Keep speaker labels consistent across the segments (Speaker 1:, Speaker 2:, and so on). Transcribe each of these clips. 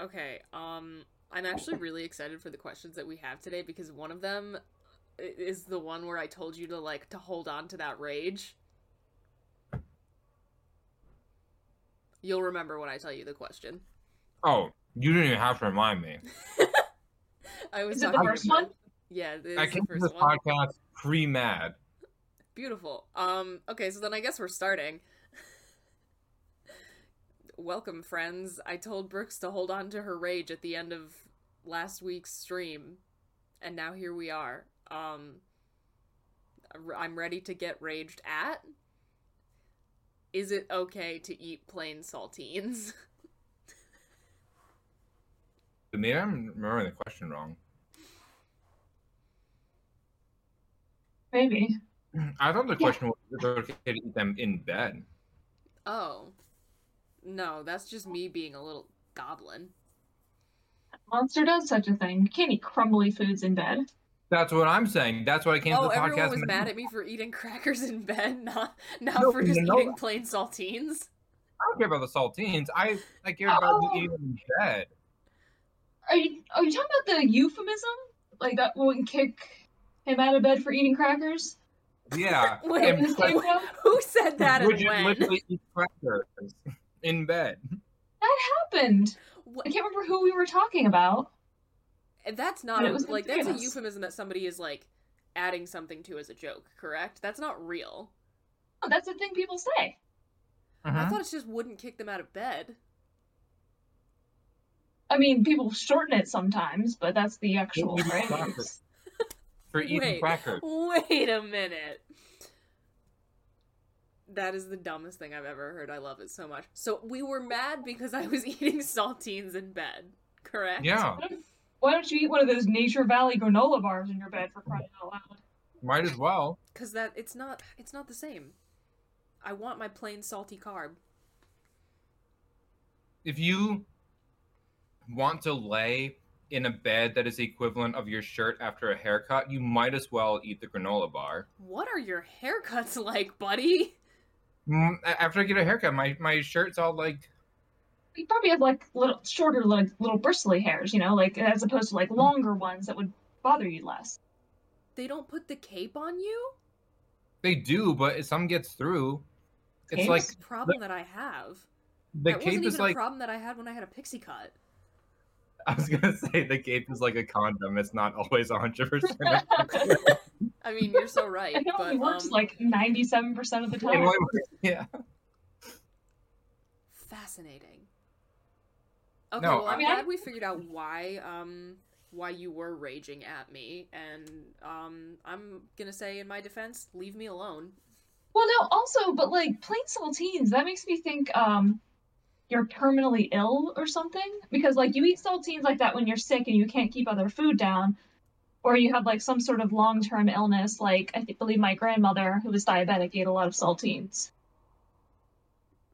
Speaker 1: Okay, um, I'm actually really excited for the questions that we have today because one of them i- is the one where I told you to like to hold on to that rage. You'll remember when I tell you the question.
Speaker 2: Oh, you didn't even have to remind me.
Speaker 1: I was
Speaker 3: Is it the
Speaker 1: talking
Speaker 3: first
Speaker 1: about-
Speaker 3: one?
Speaker 1: Yeah, it
Speaker 2: I
Speaker 1: is
Speaker 2: came
Speaker 1: the
Speaker 2: to this
Speaker 1: first one.
Speaker 2: podcast pre-mad.
Speaker 1: Beautiful. Um, okay, so then I guess we're starting. Welcome, friends. I told Brooks to hold on to her rage at the end of last week's stream, and now here we are. Um, I'm ready to get raged at. Is it okay to eat plain saltines?
Speaker 2: But Maybe I'm remembering the question wrong.
Speaker 3: Maybe.
Speaker 2: I thought the question was is it okay to eat them in bed?
Speaker 1: Oh. No, that's just me being a little goblin.
Speaker 3: Monster does such a thing. You can't eat crumbly foods in bed.
Speaker 2: That's what I'm saying. That's what I came
Speaker 1: Oh,
Speaker 2: to the podcast.
Speaker 1: everyone was
Speaker 2: and-
Speaker 1: mad at me for eating crackers in bed, not not
Speaker 2: No,
Speaker 1: for
Speaker 2: you
Speaker 1: just
Speaker 2: know
Speaker 1: eating
Speaker 2: that.
Speaker 1: plain saltines.
Speaker 2: I don't care about the saltines. I I care about you
Speaker 3: Oh.
Speaker 2: eating them in bed.
Speaker 3: Are you are you talking about the euphemism? Like that wouldn't kick him out of bed for eating crackers?
Speaker 2: Yeah.
Speaker 1: Wait,
Speaker 2: and
Speaker 3: Is that
Speaker 2: because-
Speaker 3: how-
Speaker 1: Who said that and
Speaker 2: would you
Speaker 1: when?
Speaker 2: literally eat crackers in bed?
Speaker 3: That happened.
Speaker 1: What-
Speaker 3: I can't remember who we were talking about.
Speaker 1: That's not
Speaker 3: It
Speaker 1: a,
Speaker 3: was
Speaker 1: like that's a
Speaker 3: ridiculous.
Speaker 1: euphemism that somebody is like adding something to as a joke, correct? That's not real.
Speaker 3: Oh, that's the thing people say.
Speaker 1: I
Speaker 2: Mhm.
Speaker 1: thought it just wouldn't kick them out of bed.
Speaker 3: I mean, people shorten it sometimes, but that's the actual
Speaker 2: Well, you
Speaker 3: phrase.
Speaker 2: stop it. For eating
Speaker 1: Wait,
Speaker 2: crackers.
Speaker 1: wait a minute. That is the dumbest thing I've ever heard. I love it so much. So we were mad because I was eating saltines in bed, correct?
Speaker 2: Yeah.
Speaker 3: Why don't- Why don't you eat one of those Nature Valley granola bars in your bed for crying out loud?
Speaker 2: Might as well.
Speaker 1: Cause that it's not it's not the same. I want my plain salty carb.
Speaker 2: If you want to lay in a bed that is the equivalent of your shirt after a haircut, you might as well eat the granola bar.
Speaker 1: What are your haircuts like, buddy?
Speaker 2: Mm, a- After I get a haircut, my, my shirt's all like,
Speaker 3: You probably have like little shorter, like little bristly hairs, you know, like as opposed to like longer ones that would bother you less.
Speaker 1: They don't put the cape on you?
Speaker 2: they do, but some gets through. It's
Speaker 3: Capes?
Speaker 2: like
Speaker 1: That's a problem that I have.
Speaker 2: the
Speaker 1: that
Speaker 2: cape
Speaker 1: wasn't
Speaker 2: is
Speaker 1: even a
Speaker 2: like
Speaker 1: problem that I had when I had a pixie cut.
Speaker 2: I was gonna say the cape is like a condom. It's not always hundred percent. It
Speaker 1: I mean, you're so right.
Speaker 3: It
Speaker 1: but,
Speaker 3: only works
Speaker 1: um,
Speaker 3: like ninety-seven percent of the time.
Speaker 2: only works- Yeah,
Speaker 1: fascinating. Okay,
Speaker 2: No,
Speaker 1: well, I'm
Speaker 2: I-
Speaker 1: glad we figured out why um why you were raging at me, and um I'm gonna say in my defense, leave me alone.
Speaker 3: Well, no, also, but like plain saltines, that makes me think um you're terminally ill or something because like you eat saltines like that when you're sick and you can't keep other food down or you have like some sort of long-term illness like I think, believe my grandmother who was diabetic ate a lot of saltines.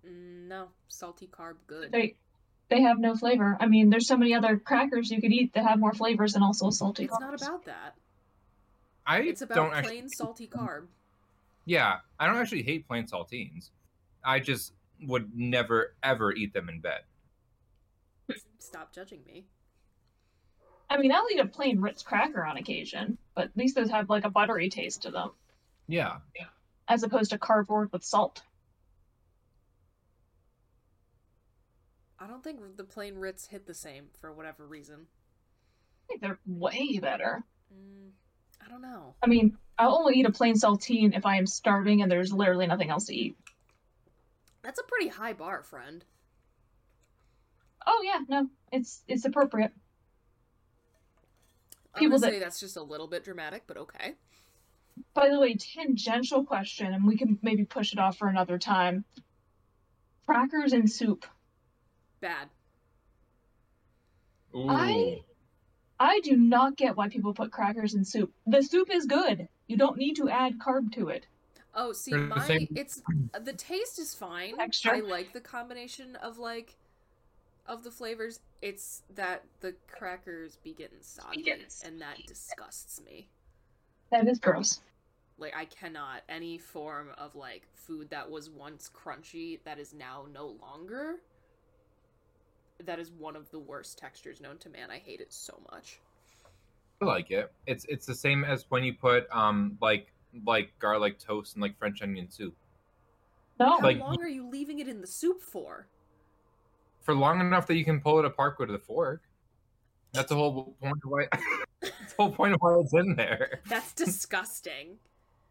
Speaker 1: Mm, No, salty carb, good.
Speaker 3: They they have no flavor. I mean, there's so many other crackers you could eat that have more flavors and also salty.
Speaker 1: it's not
Speaker 3: carbs.
Speaker 1: about that.
Speaker 2: I
Speaker 1: It's
Speaker 2: don't
Speaker 1: about
Speaker 2: actually.
Speaker 1: plain salty carb.
Speaker 2: Yeah, I don't actually hate plain saltines. I just would never ever eat them in bed.
Speaker 1: Stop judging me.
Speaker 3: I mean, I'll eat a plain Ritz cracker on occasion, but at least those have like a buttery taste to them
Speaker 2: Yeah,
Speaker 3: as opposed to cardboard with salt.
Speaker 1: I don't think the plain Ritz hit the same for whatever reason.
Speaker 3: I think they're way better.
Speaker 1: Mm, I don't know.
Speaker 3: I mean, I'll only eat a plain saltine if I am starving and there's literally nothing else to eat.
Speaker 1: That's a pretty high bar, friend.
Speaker 3: Oh yeah, no, it's it's appropriate.
Speaker 1: I'm
Speaker 3: People
Speaker 1: gonna
Speaker 3: that-
Speaker 1: say that's just a little bit dramatic, but okay.
Speaker 3: By the way, tangential question, and we can maybe push it off for another time. Crackers and soup.
Speaker 1: Bad.
Speaker 2: Ooh.
Speaker 3: I- I do not get why people put crackers in soup. The soup is good. You don't need to add carb to it.
Speaker 1: Oh, see,
Speaker 2: They're the
Speaker 1: my
Speaker 2: same-
Speaker 1: it's the taste is fine.
Speaker 3: Texture.
Speaker 1: I like the combination of like of the flavors. It's that the crackers be getting soggy,
Speaker 3: getting
Speaker 1: and that disgusts me.
Speaker 3: That is gross.
Speaker 1: Like I cannot any form of like food that was once crunchy that is now no longer. That is one of the worst textures known to man. I hate it so much.
Speaker 2: I like it. It's it's the same as when you put um like like garlic toast and like French onion soup
Speaker 3: No.
Speaker 1: How
Speaker 2: Like-
Speaker 1: long are you leaving it in the soup for?
Speaker 2: for long enough that you can pull it apart with a fork. That's the whole point of why. that's the whole point of why it's in there.
Speaker 1: That's disgusting.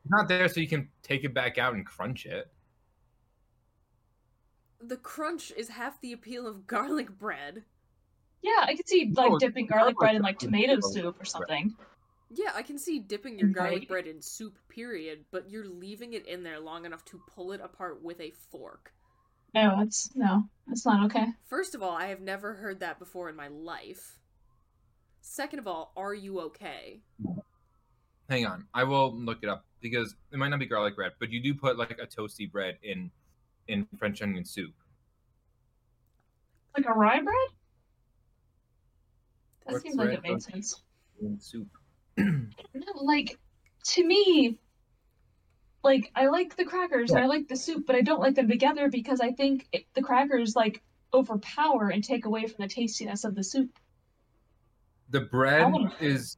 Speaker 2: It's not there so you can take it back out and crunch it.
Speaker 1: the crunch is half the appeal of garlic bread.
Speaker 3: yeah, I could see like
Speaker 2: No,
Speaker 3: dipping
Speaker 2: it's-
Speaker 3: garlic bread in like
Speaker 2: it's-
Speaker 3: tomato soup or something.
Speaker 1: Yeah, I can see dipping your garlic
Speaker 3: Right.
Speaker 1: bread in soup, period, but you're leaving it in there long enough to pull it apart with a fork.
Speaker 3: No, that's no, that's not okay.
Speaker 1: First of all, I have never heard that before in my life. Second of all, are you okay?
Speaker 2: Hang on, I will look it up because it might not be garlic bread, but you do put like a toasty bread in in French onion soup.
Speaker 3: Like a rye bread? That
Speaker 2: What's
Speaker 3: seems like
Speaker 2: rye
Speaker 3: it made
Speaker 2: bread?
Speaker 3: sense.
Speaker 2: In soup.
Speaker 3: No, like to me, like I like the crackers and I like the soup, but I don't like them together because I think it, the crackers like overpower and take away from the tastiness of the soup.
Speaker 2: The
Speaker 3: I
Speaker 2: bread
Speaker 3: wanna-
Speaker 2: is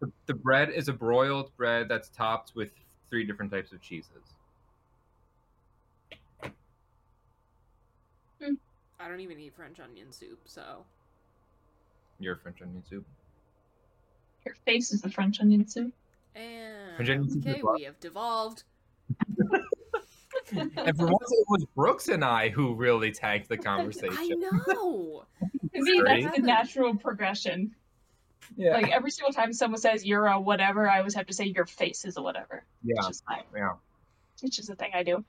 Speaker 2: the, the bread is a broiled bread that's topped with three different types of cheeses.
Speaker 1: I don't even eat French onion soup, so.
Speaker 2: Your French onion soup.
Speaker 3: your face is the French onion soup.
Speaker 1: And.
Speaker 2: French onion soup is
Speaker 1: Okay,
Speaker 2: what?
Speaker 1: we have devolved.
Speaker 2: And for once, it was Brooks and I who really tanked the conversation.
Speaker 1: I know!
Speaker 3: To me, that's the
Speaker 1: Right?
Speaker 3: natural progression.
Speaker 2: Yeah,
Speaker 3: Like every single time someone says you're a whatever, I always have to say your face is a whatever.
Speaker 2: yeah,
Speaker 3: It's just fine.
Speaker 2: yeah.
Speaker 3: It's just a thing I do.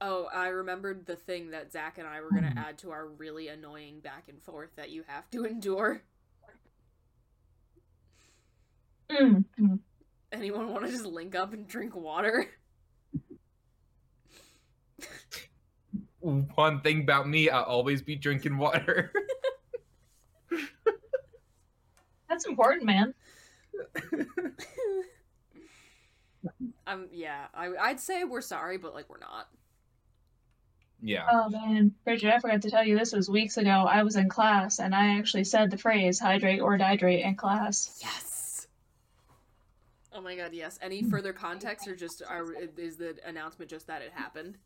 Speaker 1: Oh, I remembered the thing that Zach and I were
Speaker 2: Mm.
Speaker 1: going to add to our really annoying back and forth that you have to endure.
Speaker 3: Mm. mm.
Speaker 1: Anyone want to just link up and drink water?
Speaker 2: One thing about me, I'll always be drinking water.
Speaker 3: That's important, man.
Speaker 1: um, yeah, I, I'd say we're sorry, but like we're not.
Speaker 2: yeah.
Speaker 3: Oh man, Bridget, I forgot to tell you this was weeks ago. I was in class and I actually said the phrase hydrate or dihydrate in class.
Speaker 1: Yes. Oh my god, yes. Any further context, or just are, is the announcement just that it happened?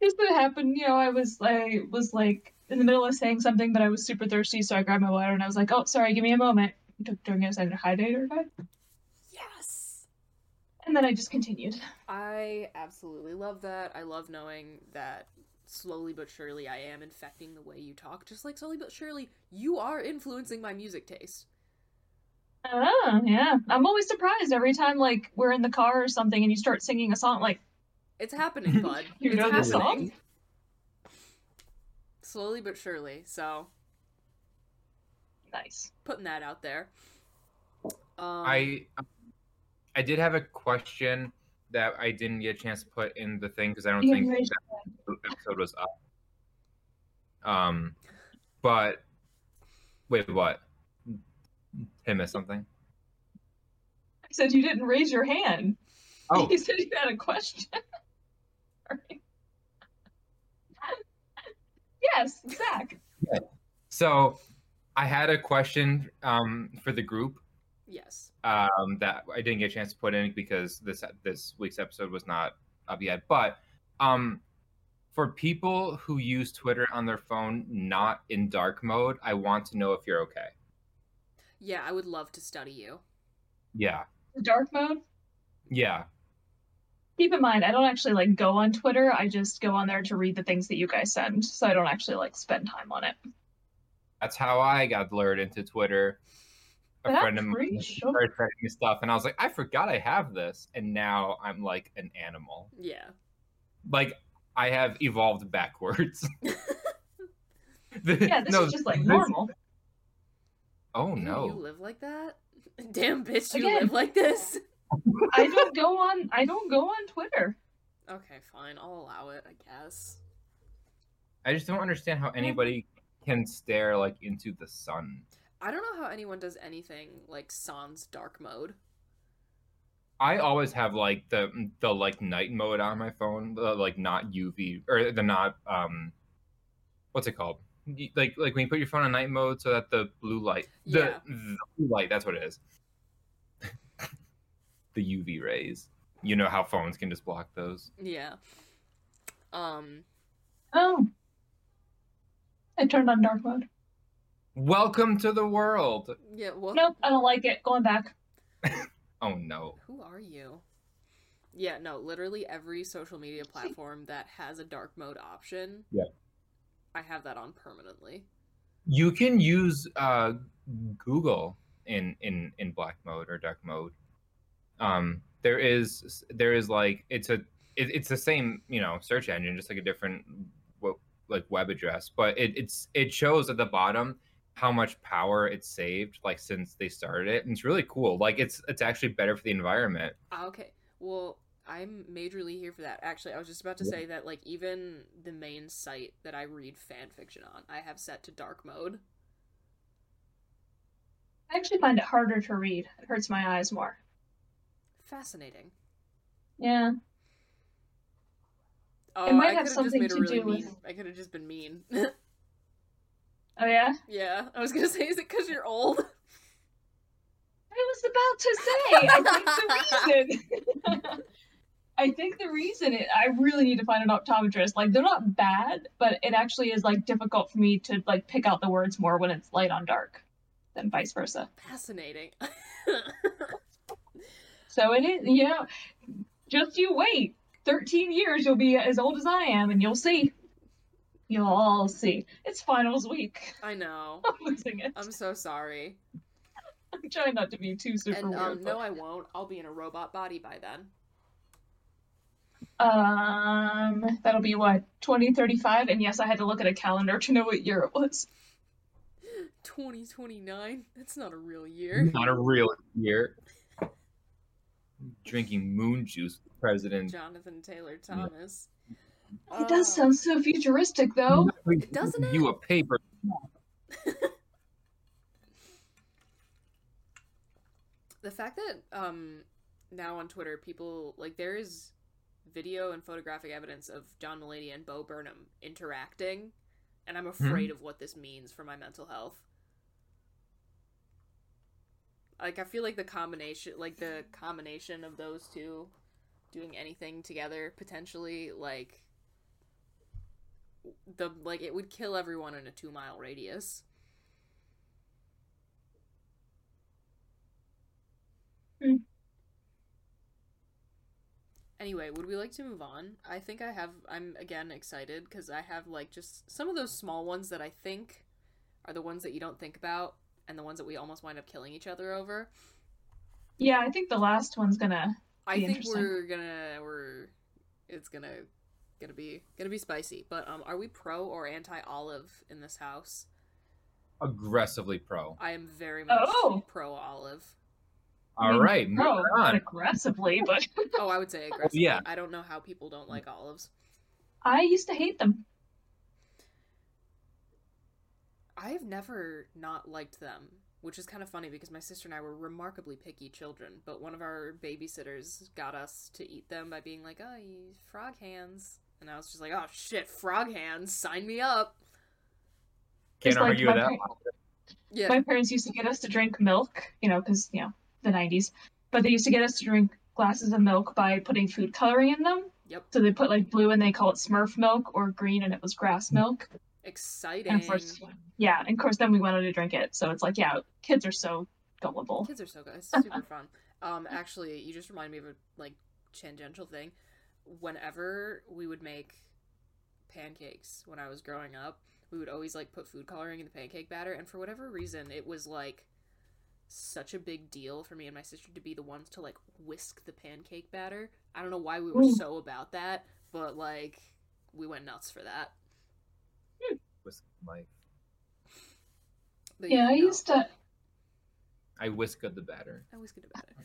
Speaker 3: Here's what happened, you know, I was I was like in the middle of saying something, but I was super thirsty, so I grabbed my water and I was like, Oh, sorry, give me a moment. Took during it, I said hydrate or dihydrate.
Speaker 1: Yes.
Speaker 3: And then I just continued.
Speaker 1: I absolutely love that. I love knowing that slowly but surely I am infecting the way you talk. Just like slowly but surely, you are influencing my music taste.
Speaker 3: Oh, yeah. I'm always surprised every time, like, we're in the car or something and you start singing a song. Like,
Speaker 1: It's happening, bud.
Speaker 3: You
Speaker 1: it's
Speaker 3: know
Speaker 2: this
Speaker 1: happening.
Speaker 2: song?
Speaker 1: Slowly but surely. So
Speaker 3: nice.
Speaker 1: putting that out there. Um,
Speaker 2: I I did have a question that I didn't get a chance to put in the thing because I don't
Speaker 3: You
Speaker 2: think
Speaker 3: raised
Speaker 2: that episode was up. Um, but wait, what? Him miss something?
Speaker 3: I said you didn't raise your hand.
Speaker 2: Oh,
Speaker 3: You said you had a question. Sorry. yes, Zach.
Speaker 2: so I had a question um for the group
Speaker 1: yes.
Speaker 2: um, that I didn't get a chance to put in because this this week's episode was not up yet. But um, for people who use Twitter on their phone not in dark mode, I want to know if you're okay.
Speaker 1: Yeah, I would love to study you.
Speaker 2: Yeah.
Speaker 3: Dark mode.
Speaker 2: Yeah.
Speaker 3: Keep in mind, I don't actually like go on Twitter. I just go on there to read the things that you guys send, so I don't actually like spend time on it.
Speaker 2: That's how I got lured into Twitter. A
Speaker 3: But I'm
Speaker 2: friend of mine
Speaker 3: pretty sure-
Speaker 2: started sending me stuff, and I was like, I forgot I have this. And now I'm like an animal.
Speaker 1: Yeah.
Speaker 2: Like, I have evolved backwards. The-
Speaker 3: Yeah, this
Speaker 2: no,
Speaker 3: is just like
Speaker 2: this-
Speaker 3: normal.
Speaker 2: Oh,
Speaker 1: Ew,
Speaker 2: no.
Speaker 1: You live like that? Damn bitch, you
Speaker 3: Again.
Speaker 1: live like this?
Speaker 3: I don't go on. I don't go on Twitter.
Speaker 1: Okay, fine. I'll allow it, I guess.
Speaker 2: I just don't understand how anybody can stare like into the sun.
Speaker 1: I don't know how anyone does anything like Sans dark mode.
Speaker 2: I always have like the the like night mode on my phone, the like not UV or the not um, what's it called? Y- Like like when you put your phone on night mode so that the blue light, the,
Speaker 1: Yeah.
Speaker 2: the blue light, that's what it is. the UV rays. You know how phones can just block those.
Speaker 1: Yeah. Um,
Speaker 3: Oh. I turned on dark mode.
Speaker 2: Welcome to the world.
Speaker 1: yeah, well,
Speaker 3: Nope, I don't like it. Going back.
Speaker 2: Oh no.
Speaker 1: who are you? Yeah, no, literally every social media platform that has a dark mode option.
Speaker 2: Yeah.
Speaker 1: I have that on permanently.
Speaker 2: You can use uh, Google in in in black mode or dark mode. Um, there is there is like it's a it, it's the same you know search engine, just like a different w- like web address, but it it's it shows at the bottom how much power it's saved like since they started it, and it's really cool. Like it's it's actually better for the environment.
Speaker 1: Ah, Okay. Well, I'm majorly here for that. Actually, I was just about to say that like even the main site that I read fan fiction on, I have set to dark mode.
Speaker 3: I actually find it harder to read. It hurts my eyes more.
Speaker 1: Fascinating.
Speaker 3: Yeah.
Speaker 1: Oh,
Speaker 3: might
Speaker 1: I
Speaker 3: have
Speaker 1: could have just
Speaker 3: something
Speaker 1: made a
Speaker 3: to
Speaker 1: really
Speaker 3: do with-
Speaker 1: mean. I could have just been mean.
Speaker 3: Oh yeah.
Speaker 1: yeah, I was gonna say, is it because you're old?
Speaker 3: I was about to say. I think the reason. I think the reason it, I really need to find an optometrist. Like they're not bad, but it actually is like difficult for me to like pick out the words more when it's light on dark, than vice versa.
Speaker 1: Fascinating.
Speaker 3: So it is, you know, just you wait. 13 years, you'll be as old as I am, and you'll see. You'll all see. It's finals week.
Speaker 1: I know.
Speaker 3: I'm losing it. I'm,
Speaker 1: I'm so sorry.
Speaker 3: trying not to be too super
Speaker 1: and
Speaker 3: weird.
Speaker 1: um, no,
Speaker 3: but-
Speaker 1: I won't. I'll be in a robot body by then.
Speaker 3: um, that'll be what 2035. And yes, I had to look at a calendar to know what year it was.
Speaker 1: 2029. That's not a real year.
Speaker 2: Not a real year. Drinking moon juice, with President.
Speaker 1: Jonathan Taylor Thomas.
Speaker 3: It does
Speaker 1: Oh.
Speaker 3: sound so futuristic,
Speaker 2: Mm-hmm.
Speaker 3: though.
Speaker 1: doesn't it?
Speaker 2: You a paper
Speaker 1: the fact that um now on Twitter people like there is video and photographic evidence of John Mulaney and Bo Burnham interacting, and I'm afraid of what this means for my mental health. Like I feel like the combination like the combination of those two doing anything together potentially like the like it would kill everyone in a 2 mile radius. Anyway, would we like to move on? I think I have. I'm again excited because I have like just some of those small ones that I think are the ones that you don't think about and the ones that we almost wind up killing each other over.
Speaker 3: Yeah, I think the last one's gonna.
Speaker 1: I
Speaker 3: Be
Speaker 1: think
Speaker 3: interesting.
Speaker 1: we're gonna we're it's gonna gonna be gonna be spicy. But um, are we pro or anti olive in this house?
Speaker 2: aggressively pro.
Speaker 1: I am very much
Speaker 3: Oh!
Speaker 1: pro olive.
Speaker 2: All
Speaker 3: mean,
Speaker 2: right, moving
Speaker 3: grow
Speaker 2: on.
Speaker 3: aggressively, but
Speaker 1: Oh, I would say aggressive.
Speaker 2: yeah.
Speaker 1: I don't know how people don't like olives.
Speaker 3: I used to hate them.
Speaker 1: I've never not liked them, which is kind of funny because my sister and I were remarkably picky children, but one of our babysitters got us to eat them by being like, oh, you frog hands. And I was just like, oh shit, frog hands, sign me up.
Speaker 2: Can't
Speaker 3: It's like
Speaker 2: argue
Speaker 3: my
Speaker 2: with that.
Speaker 3: par-
Speaker 2: one.
Speaker 1: Yeah.
Speaker 3: my parents used to get us to drink milk, you know, because you know the '90s. But they used to get us to drink glasses of milk by putting food coloring in them,
Speaker 1: Yep.
Speaker 3: So they put like blue and they call it Smurf milk, or green and it was grass milk.
Speaker 1: Exciting.
Speaker 3: And of course, yeah, and of course, then we went on to drink it. So it's like, yeah, kids are so gullible.
Speaker 1: Kids are so good. It's super fun. Um, actually, you just remind me of a like tangential thing. Whenever we would make pancakes when I was growing up, we would always like put food coloring in the pancake batter, and for whatever reason, it was like such a big deal for me and my sister to be the ones to like whisk the pancake batter. I don't know why we were
Speaker 3: Ooh.
Speaker 1: so about that, but like we went nuts for that.
Speaker 2: Whisk life.
Speaker 1: But
Speaker 3: Yeah, I
Speaker 1: no,
Speaker 3: used to.
Speaker 2: I whisk up the batter.
Speaker 1: I always get about it.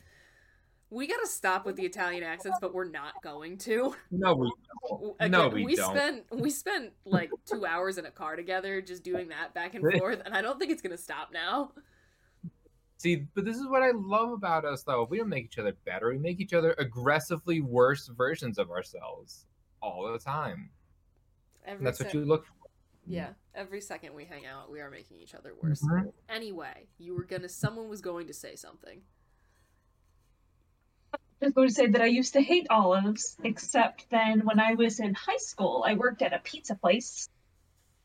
Speaker 1: We gotta stop with the Italian accents, but we're not going to.
Speaker 2: No, we don't. No,
Speaker 1: Again,
Speaker 2: we, don't.
Speaker 1: spent we spent like two hours in a car together just doing that back and forth, and I don't think it's gonna stop now.
Speaker 2: See, but this is what I love about us, though. We don't make each other better. We make each other aggressively worse versions of ourselves all the time.
Speaker 1: Every
Speaker 2: And that's
Speaker 1: sec-
Speaker 2: what you look for.
Speaker 1: yeah. Every second we hang out, we are making each other worse.
Speaker 2: Mhm.
Speaker 1: Anyway, you were gonna. Someone was going to say something.
Speaker 3: I was going to say that I used to hate olives, except then when I was in high school, I worked at a pizza place.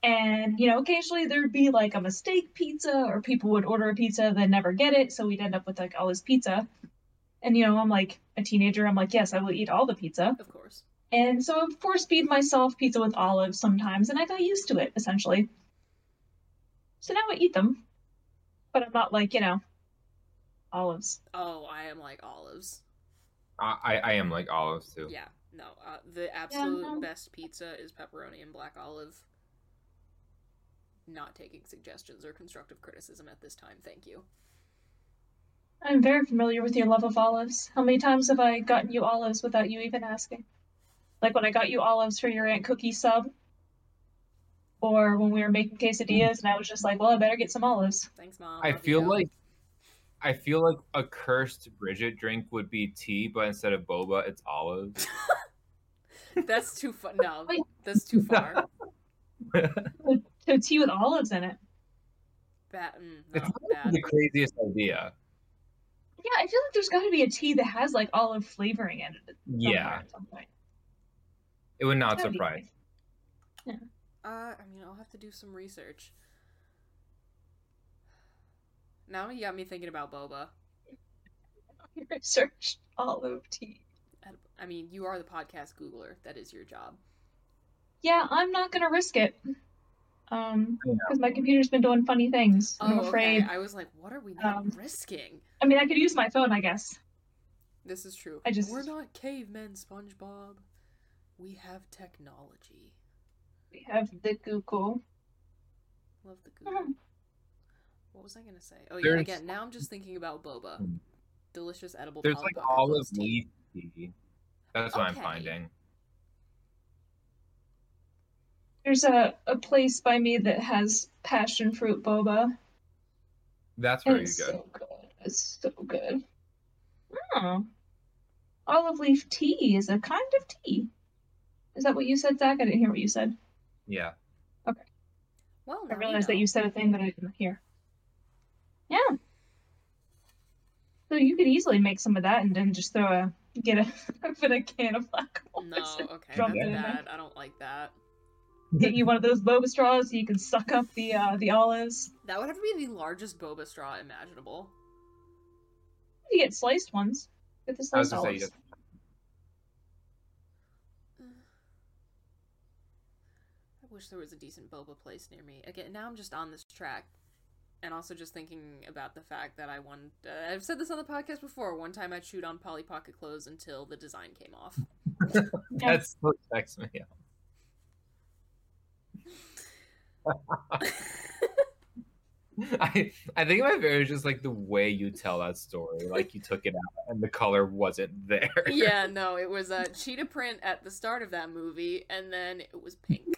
Speaker 3: And, you know, occasionally there'd be like a mistake pizza, or people would order a pizza, then never get it. So we'd end up with like all this pizza. And, you know, I'm like a teenager. I'm like, yes, I will eat all the pizza.
Speaker 1: Of course.
Speaker 3: And so I force feed myself pizza with olives sometimes, and I got used to it essentially. So now I eat them, but I'm not like, you know, olives.
Speaker 1: Oh, I am like olives.
Speaker 2: I, I, I am like olives, too.
Speaker 1: Yeah. No. Uh, the absolute
Speaker 3: no.
Speaker 1: best pizza is pepperoni and black olive. Not taking suggestions or constructive criticism at this time. Thank you.
Speaker 3: I'm very familiar with your love of olives. How many times have I gotten you olives without you even asking? Like when I got you olives for your Aunt Cookie sub, or when we were making quesadillas, and I was just like, well, I better get some olives.
Speaker 1: Thanks, mom.
Speaker 2: I
Speaker 1: Love
Speaker 2: feel
Speaker 1: you.
Speaker 2: like I feel like a cursed Bridget drink would be tea, but instead of boba, it's olives.
Speaker 1: that's too far. No, that's too far.
Speaker 3: So tea with olives in it.
Speaker 1: Bad. Mm,
Speaker 2: It's
Speaker 1: no,
Speaker 2: not
Speaker 1: bad.
Speaker 2: the craziest idea.
Speaker 3: Yeah, I feel like there's got to be a tea that has like olive flavoring in it. somewhere
Speaker 2: Yeah,
Speaker 3: At some point.
Speaker 2: it would not
Speaker 3: That would be
Speaker 2: surprise.
Speaker 3: nice.
Speaker 1: Uh, I mean, I'll have to do some research. Now you got me thinking about boba.
Speaker 3: research olive tea.
Speaker 1: I- I mean, you are the podcast Googler. That is your job.
Speaker 3: Yeah, I'm not gonna risk it. Um,
Speaker 2: Yeah.
Speaker 3: because my computer's been doing funny things. I'm
Speaker 1: oh,
Speaker 3: afraid.
Speaker 1: okay. I was like, what are we not
Speaker 3: Um,
Speaker 1: risking?
Speaker 3: I mean, I could use my phone, I guess.
Speaker 1: This is true.
Speaker 3: I just-
Speaker 1: We're not cavemen, SpongeBob. We have technology.
Speaker 3: We have the Google.
Speaker 1: Love the Google. What was I gonna say? Oh yeah,
Speaker 2: There's-
Speaker 1: again. Now I'm just thinking about boba.
Speaker 2: Mm.
Speaker 1: Delicious edible.
Speaker 2: There's
Speaker 1: Polly
Speaker 2: like
Speaker 1: Pocket
Speaker 2: olive
Speaker 1: Puffs tea.
Speaker 2: leaf tea. That's what
Speaker 1: Okay.
Speaker 2: I'm finding.
Speaker 3: There's a, a place by me that has passion fruit boba.
Speaker 2: That's
Speaker 3: and
Speaker 2: really
Speaker 3: it's
Speaker 2: good.
Speaker 3: so good. It's so good. Oh. Olive leaf tea is a kind of tea. Is that what you said, Zach? I didn't hear what you said.
Speaker 2: Yeah.
Speaker 1: Well,
Speaker 3: I
Speaker 1: now we
Speaker 3: realized that
Speaker 1: Oh, know.
Speaker 3: you said a thing that I didn't hear. Yeah. So you could easily make some of that and then just throw a get a put a can of black
Speaker 1: No,
Speaker 3: olives in.
Speaker 1: okay,
Speaker 3: Drop
Speaker 1: that's
Speaker 3: it in there.
Speaker 1: bad. I don't like that.
Speaker 3: Get you one of those boba straws so you can suck up the uh, the olives.
Speaker 1: That would have to be the largest boba straw imaginable.
Speaker 3: You get sliced ones. Get the
Speaker 2: I was
Speaker 3: sliced
Speaker 2: gonna say,
Speaker 3: olives.
Speaker 2: yes.
Speaker 1: I wish there was a decent boba place near me. Again, now I'm just on this track. And also just thinking about the fact that I won. Uh, I've said this on the podcast before. One time I chewed on Polly Pocket clothes until the design came off.
Speaker 2: that's what checks me out. I I think my favorite is just like the way you tell that story. Like you took it out and the color wasn't there.
Speaker 1: yeah, no, it was a cheetah print at the start of that movie, and then it was pink.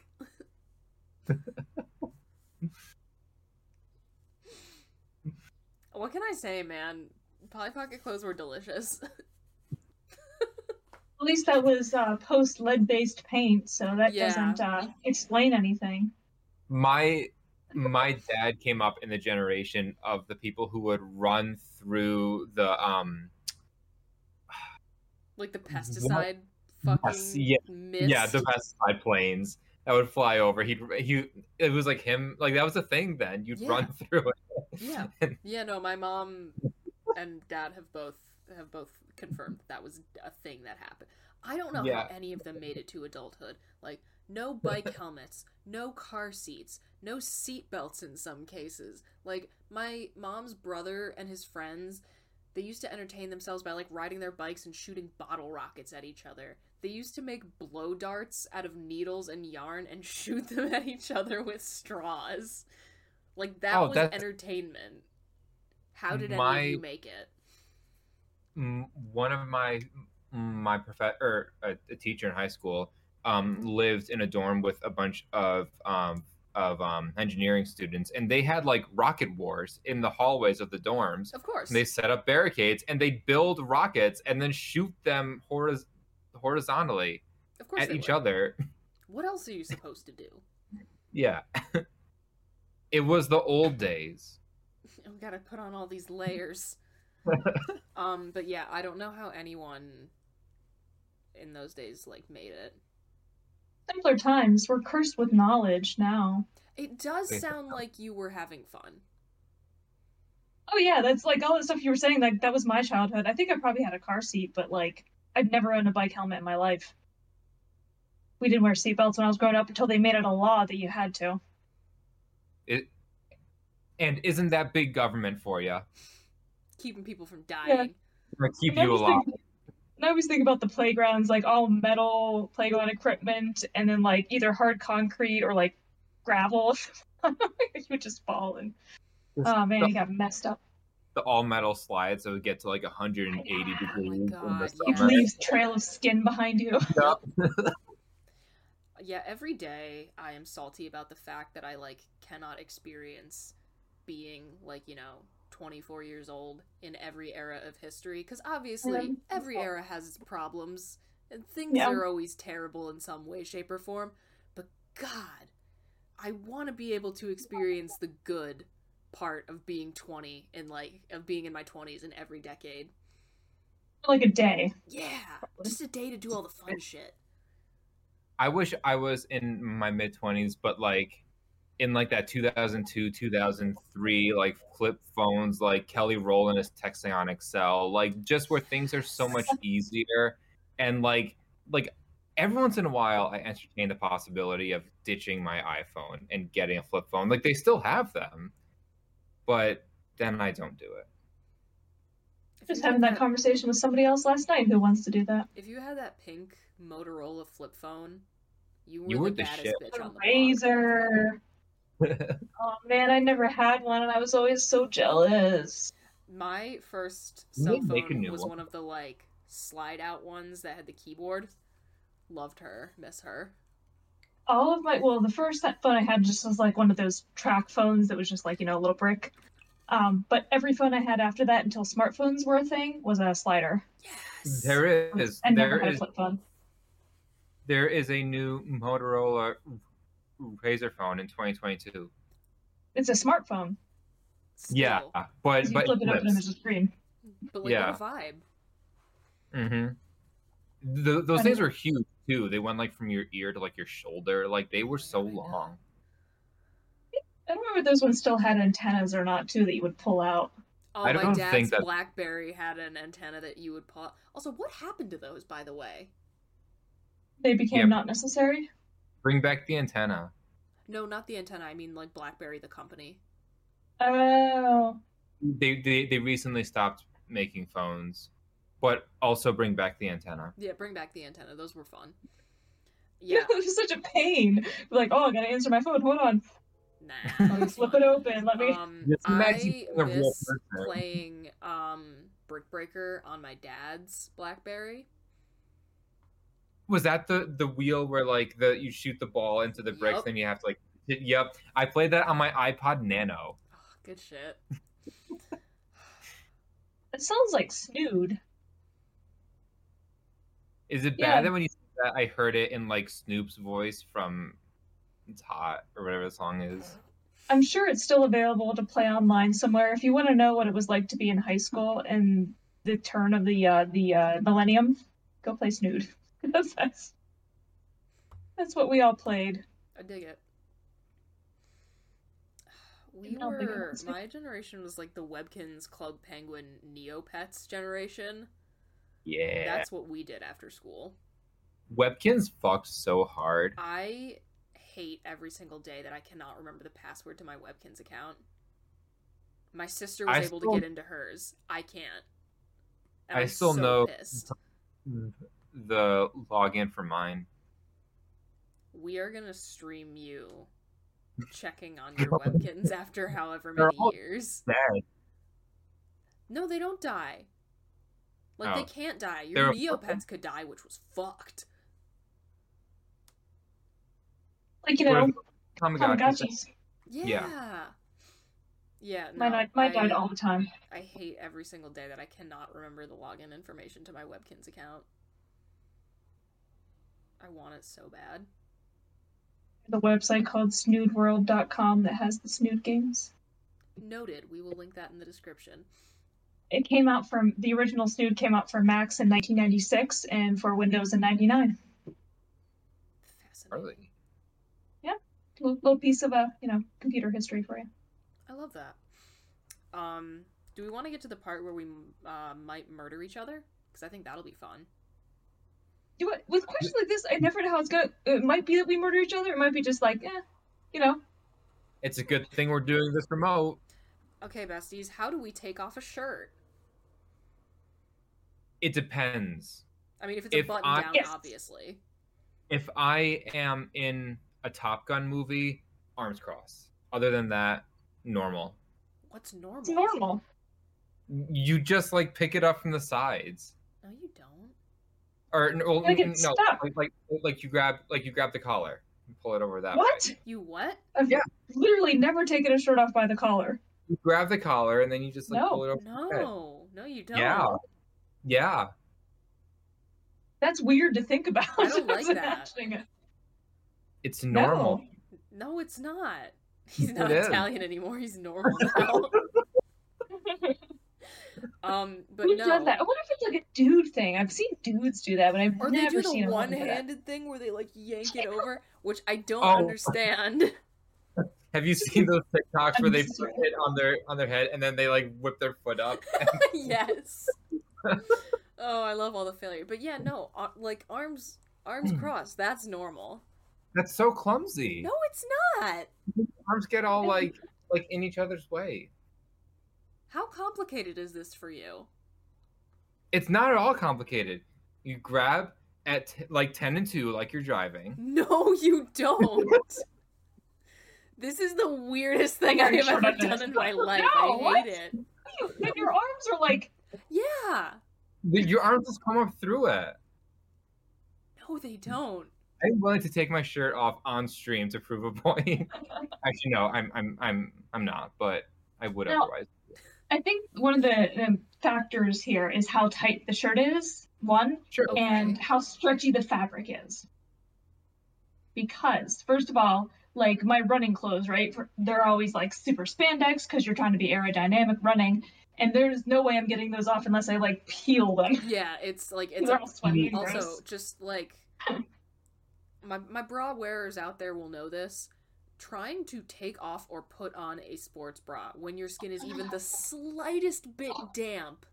Speaker 1: what can I say, man? Polly Pocket clothes were delicious.
Speaker 3: At least that was uh, post lead based paint, so that
Speaker 1: Yeah.
Speaker 3: doesn't uh, explain anything.
Speaker 2: My my dad came up in the generation of the people who would run through the um
Speaker 1: Like the pesticide fucking
Speaker 2: Yes, yeah,
Speaker 1: mist.
Speaker 2: Yeah, the best side planes that would fly over. He'd he. It was like him. Like that was a thing then. You'd
Speaker 1: Yeah.
Speaker 2: run through it.
Speaker 1: Yeah. Yeah, no, my mom and dad have both have both confirmed that was a thing that happened. I don't know
Speaker 2: Yeah.
Speaker 1: how any of them made it to adulthood. Like no bike helmets, no car seats, no seat belts in some cases. Like my mom's brother and his friends, they used to entertain themselves by like riding their bikes and shooting bottle rockets at each other. They used to make blow darts out of needles and yarn and shoot them at each other with straws. Like that
Speaker 2: Oh,
Speaker 1: was
Speaker 2: that's-
Speaker 1: entertainment. How did
Speaker 2: My-
Speaker 1: any of you make it?
Speaker 2: m- one of my my prof or a, a teacher in high school um,
Speaker 1: Mm-hmm.
Speaker 2: lived in a dorm with a bunch of um, of um, engineering students, and they had like rocket wars in the hallways of the dorms.
Speaker 1: Of course.
Speaker 2: And they set up barricades and they build rockets and then shoot them horiz- horizontally
Speaker 1: of course
Speaker 2: at
Speaker 1: they
Speaker 2: each
Speaker 1: would.
Speaker 2: other.
Speaker 1: What else are you supposed to do?
Speaker 2: Yeah, it was the old days.
Speaker 1: I've got to put on all these layers. um, but yeah, I don't know how anyone in those days like made it.
Speaker 3: Simpler times. We're cursed with knowledge now.
Speaker 1: It does
Speaker 2: They-
Speaker 1: sound like you were having fun.
Speaker 3: Oh yeah, that's like all the stuff you were saying. Like that was my childhood. I think I probably had a car seat, but like I've never owned a bike helmet in my life. We didn't wear seatbelts when I was growing up until they made it a law that you had to.
Speaker 2: It and isn't that big government for you?
Speaker 1: Keeping people from dying.
Speaker 2: Keep
Speaker 3: And I
Speaker 2: you
Speaker 3: was
Speaker 2: alive.
Speaker 3: thinking- And I always think about the playgrounds, like all metal playground equipment, and then like either hard concrete or like gravel. you would just fall and oh man, you got messed up.
Speaker 2: the all metal slide, so it would get to like 180
Speaker 1: Oh my
Speaker 2: degrees. in
Speaker 1: God,
Speaker 2: the
Speaker 1: yeah.
Speaker 3: It
Speaker 2: summer.
Speaker 3: leaves trail of skin behind you.
Speaker 1: Yeah, every day I am salty about the fact that I like cannot experience being like, you know, 24 years old in every era of history cuz obviously
Speaker 3: Mhm.
Speaker 1: every era has its problems and things
Speaker 3: Yeah.
Speaker 1: are always terrible in some way shape or form, but god, I want to be able to experience the good part of being 20 and like of being in my 20s in every decade.
Speaker 3: like a day.
Speaker 1: Yeah, just a day to do all the fun shit.
Speaker 2: I wish I was in my mid 20s, but like in like that 2002, 2003, like flip phones, like Kelly Rowland is texting on Excel, like just where things are so much easier, and like like every once in a while, I entertain the possibility of ditching my iPhone and getting a flip phone. Like they still have them, but then I don't do it.
Speaker 1: If
Speaker 3: Just
Speaker 1: you
Speaker 3: having
Speaker 1: have
Speaker 3: that conversation with somebody else last night who wants to do that.
Speaker 1: If you had that pink Motorola flip phone, you were,
Speaker 2: You were
Speaker 1: the,
Speaker 2: the
Speaker 1: baddest
Speaker 2: shit.
Speaker 1: bitch on the block.
Speaker 3: Razor. oh man, I never had one, and I was always so jealous.
Speaker 1: My first
Speaker 2: You
Speaker 1: cell
Speaker 2: need to make a
Speaker 1: phone
Speaker 2: new
Speaker 1: was
Speaker 2: one.
Speaker 1: one of the like slide out ones that had the keyboard. Loved her, miss her.
Speaker 3: All of my well, the first that phone I had just was like one of those track phones that was just like you know a little brick. Um, but every phone I had after that until smartphones were a thing was a slider.
Speaker 1: Yes.
Speaker 2: There is
Speaker 3: I never
Speaker 2: there
Speaker 3: had a
Speaker 2: is
Speaker 3: flip phone.
Speaker 2: there is a new Motorola Razor phone in 2022.
Speaker 3: It's a smartphone.
Speaker 1: Still.
Speaker 2: Yeah, but
Speaker 3: 'cause You
Speaker 2: but
Speaker 3: flip it up and there's a screen.
Speaker 1: But like
Speaker 2: Yeah.
Speaker 1: what a vibe.
Speaker 2: hmm Th those
Speaker 3: I
Speaker 2: things
Speaker 3: know.
Speaker 2: were huge too. They went like from your ear to like your shoulder. Like they were so
Speaker 1: I know.
Speaker 2: long.
Speaker 3: I don't remember if those ones still had antennas or not too that you would pull out.
Speaker 1: Oh,
Speaker 2: I
Speaker 1: my
Speaker 2: don't
Speaker 1: dad's
Speaker 2: think that-
Speaker 1: BlackBerry had an antenna that you would pop. Also, what happened to those, by the way?
Speaker 3: They became
Speaker 2: Yeah.
Speaker 3: not necessary.
Speaker 2: Bring back the antenna.
Speaker 1: No, not the antenna. I mean, like BlackBerry, the company.
Speaker 3: Oh,
Speaker 2: They they they recently stopped making phones, but also bring back the antenna.
Speaker 1: Yeah, bring back the antenna. Those were fun.
Speaker 3: yeah.
Speaker 1: Yeah.
Speaker 3: it was such a pain. Like, oh, I gotta answer my phone. Hold on.
Speaker 1: nah.
Speaker 2: I'll
Speaker 1: it was
Speaker 2: just
Speaker 3: Flip
Speaker 1: fun.
Speaker 3: it open. Let me.
Speaker 1: Um,
Speaker 2: Just imagine
Speaker 1: I
Speaker 2: being a real
Speaker 1: miss
Speaker 2: person.
Speaker 1: playing um, Brick Breaker on my dad's BlackBerry.
Speaker 2: Was that the the wheel where like the you shoot the ball into the bricks
Speaker 1: Yup.
Speaker 2: and you have to like hit- yep. I played that on my iPod Nano.
Speaker 1: Oh, good shit.
Speaker 3: It sounds like snood.
Speaker 2: Is it bad
Speaker 3: Yeah.
Speaker 2: that when you said that I heard it in like Snoop's voice from It's Hot or whatever the song is?
Speaker 3: I'm sure it's still available to play online somewhere. If you want to know what it was like to be in high school in the turn of the uh, the uh, millennium, go play snood. Because that's that's what we all played.
Speaker 1: I dig it. We
Speaker 3: You know, big
Speaker 1: were
Speaker 3: ones.
Speaker 1: my generation was like the Webkins Club Penguin Neopets generation.
Speaker 2: Yeah.
Speaker 1: That's what we did after school.
Speaker 2: Webkins fucked so hard.
Speaker 1: Oh, I hate every single day that I cannot remember the password to my Webkins account. My sister was
Speaker 2: I
Speaker 1: able
Speaker 2: still-
Speaker 1: to get into hers. I can't. And
Speaker 2: I
Speaker 1: I'm
Speaker 2: still
Speaker 1: so
Speaker 2: know-
Speaker 1: Pissed.
Speaker 2: The login for mine.
Speaker 1: We are gonna stream you checking on your Webkins after however
Speaker 2: They're
Speaker 1: many
Speaker 2: all-
Speaker 1: years.
Speaker 2: Sad.
Speaker 1: No, they don't die. Like
Speaker 2: Oh.
Speaker 1: they can't die.
Speaker 2: They're
Speaker 1: Your
Speaker 2: a-
Speaker 1: Neopets could die, which was fucked.
Speaker 3: Like you know,
Speaker 2: Tamagotchi.
Speaker 3: Tamagotchis.
Speaker 1: Yeah. Yeah. no,
Speaker 3: Mine, I- mine died
Speaker 1: I-
Speaker 3: all the time.
Speaker 1: I hate every single day that I cannot remember the login information to my Webkins account. I want it so bad.
Speaker 3: The website called snoodworld.com that has the snood games.
Speaker 1: Noted. We will link that in the description.
Speaker 3: It came out from the original snood came out for Macs in 1996 and for Windows in 99.
Speaker 1: Fascinating.
Speaker 2: Charlie.
Speaker 3: Little, little piece of a you know computer history for you.
Speaker 1: I love that. Um, do we want to get to the part where we uh, might murder each other? Because I think that'll be fun.
Speaker 3: You know, with questions like this, I never know how it's gonna. It might be that we murder each other. It might be just like, eh, you know,
Speaker 2: It's a good thing we're doing this remote.
Speaker 1: Okay, besties, how do we take off a shirt?
Speaker 2: It depends.
Speaker 1: I mean, if it's a
Speaker 2: If
Speaker 1: button
Speaker 2: I-
Speaker 1: down,
Speaker 3: Yes.
Speaker 1: obviously.
Speaker 2: If I am in a Top Gun movie, arms crossed. Other than that, normal.
Speaker 1: What's normal?
Speaker 3: it's normal.
Speaker 2: You just like pick it up from the sides,
Speaker 1: No, you don't.
Speaker 2: or n- well,
Speaker 3: Like
Speaker 2: n-
Speaker 3: it's
Speaker 2: no,
Speaker 3: stuck.
Speaker 2: like, like like you grab like you grab the collar and pull it over that way.
Speaker 3: What?
Speaker 1: You what?
Speaker 3: I've
Speaker 2: Yeah.
Speaker 3: literally never taken a shirt off by the collar.
Speaker 2: You grab the collar and then you just like
Speaker 3: No.
Speaker 2: pull it over. your head.
Speaker 1: No, no, you don't.
Speaker 2: Yeah. Yeah.
Speaker 3: That's weird to think about.
Speaker 1: I don't like
Speaker 3: Just
Speaker 1: that.
Speaker 3: imagining it.
Speaker 2: It's normal.
Speaker 3: No.
Speaker 1: No, it's not. He's
Speaker 2: It
Speaker 1: not
Speaker 2: is.
Speaker 1: Italian anymore. He's normal now. um, but
Speaker 3: Who
Speaker 1: no.
Speaker 3: does that? I wonder if it's like a dude thing. I've seen dudes do that, but I've
Speaker 1: Or they
Speaker 3: never
Speaker 1: do
Speaker 3: seen
Speaker 1: the
Speaker 3: a woman do that.
Speaker 1: one-handed thing where they like yank it over, which I don't
Speaker 2: Oh.
Speaker 1: understand.
Speaker 2: Have you seen those TikToks where they put
Speaker 3: Understood.
Speaker 2: it on their on their head and then they like whip their foot up?
Speaker 1: yes. Oh, I love all the failure. But yeah, no, uh, like arms arms
Speaker 3: Hmm.
Speaker 1: crossed. That's normal.
Speaker 2: That's so clumsy.
Speaker 1: No, it's not.
Speaker 2: Arms get all like like in each other's way.
Speaker 1: How complicated is this for you?
Speaker 2: It's not at all complicated. You grab at t- like ten and two, like you're driving.
Speaker 1: No, you don't. this is the weirdest thing I
Speaker 3: Pretty
Speaker 1: have
Speaker 3: sure
Speaker 1: ever
Speaker 3: that is.
Speaker 1: done in my life.
Speaker 3: No,
Speaker 1: I
Speaker 3: what?
Speaker 1: hate it.
Speaker 3: And your arms are like,
Speaker 1: Yeah. Mm-hmm.
Speaker 2: The- Your arms just come up through it.
Speaker 1: No, they don't.
Speaker 2: I'm willing to take my shirt off on stream to prove a point. Actually, no, I'm I'm I'm I'm not, but I would
Speaker 3: No.
Speaker 2: otherwise.
Speaker 3: I think one of the, the factors here is how tight the shirt is, one,
Speaker 2: Sure.
Speaker 1: Okay.
Speaker 3: and how stretchy the fabric is. Because, first of all, like my running clothes, right? for- They're always like super spandex because you're trying to be aerodynamic running, and there's no way I'm getting those off unless I like peel them.
Speaker 1: Yeah, it's like it's
Speaker 3: They're all sweaty and
Speaker 1: also
Speaker 3: gross.
Speaker 1: just like my my bra wearers out there will know this. Trying to take off or put on a sports bra when your skin is even the slightest bit damp,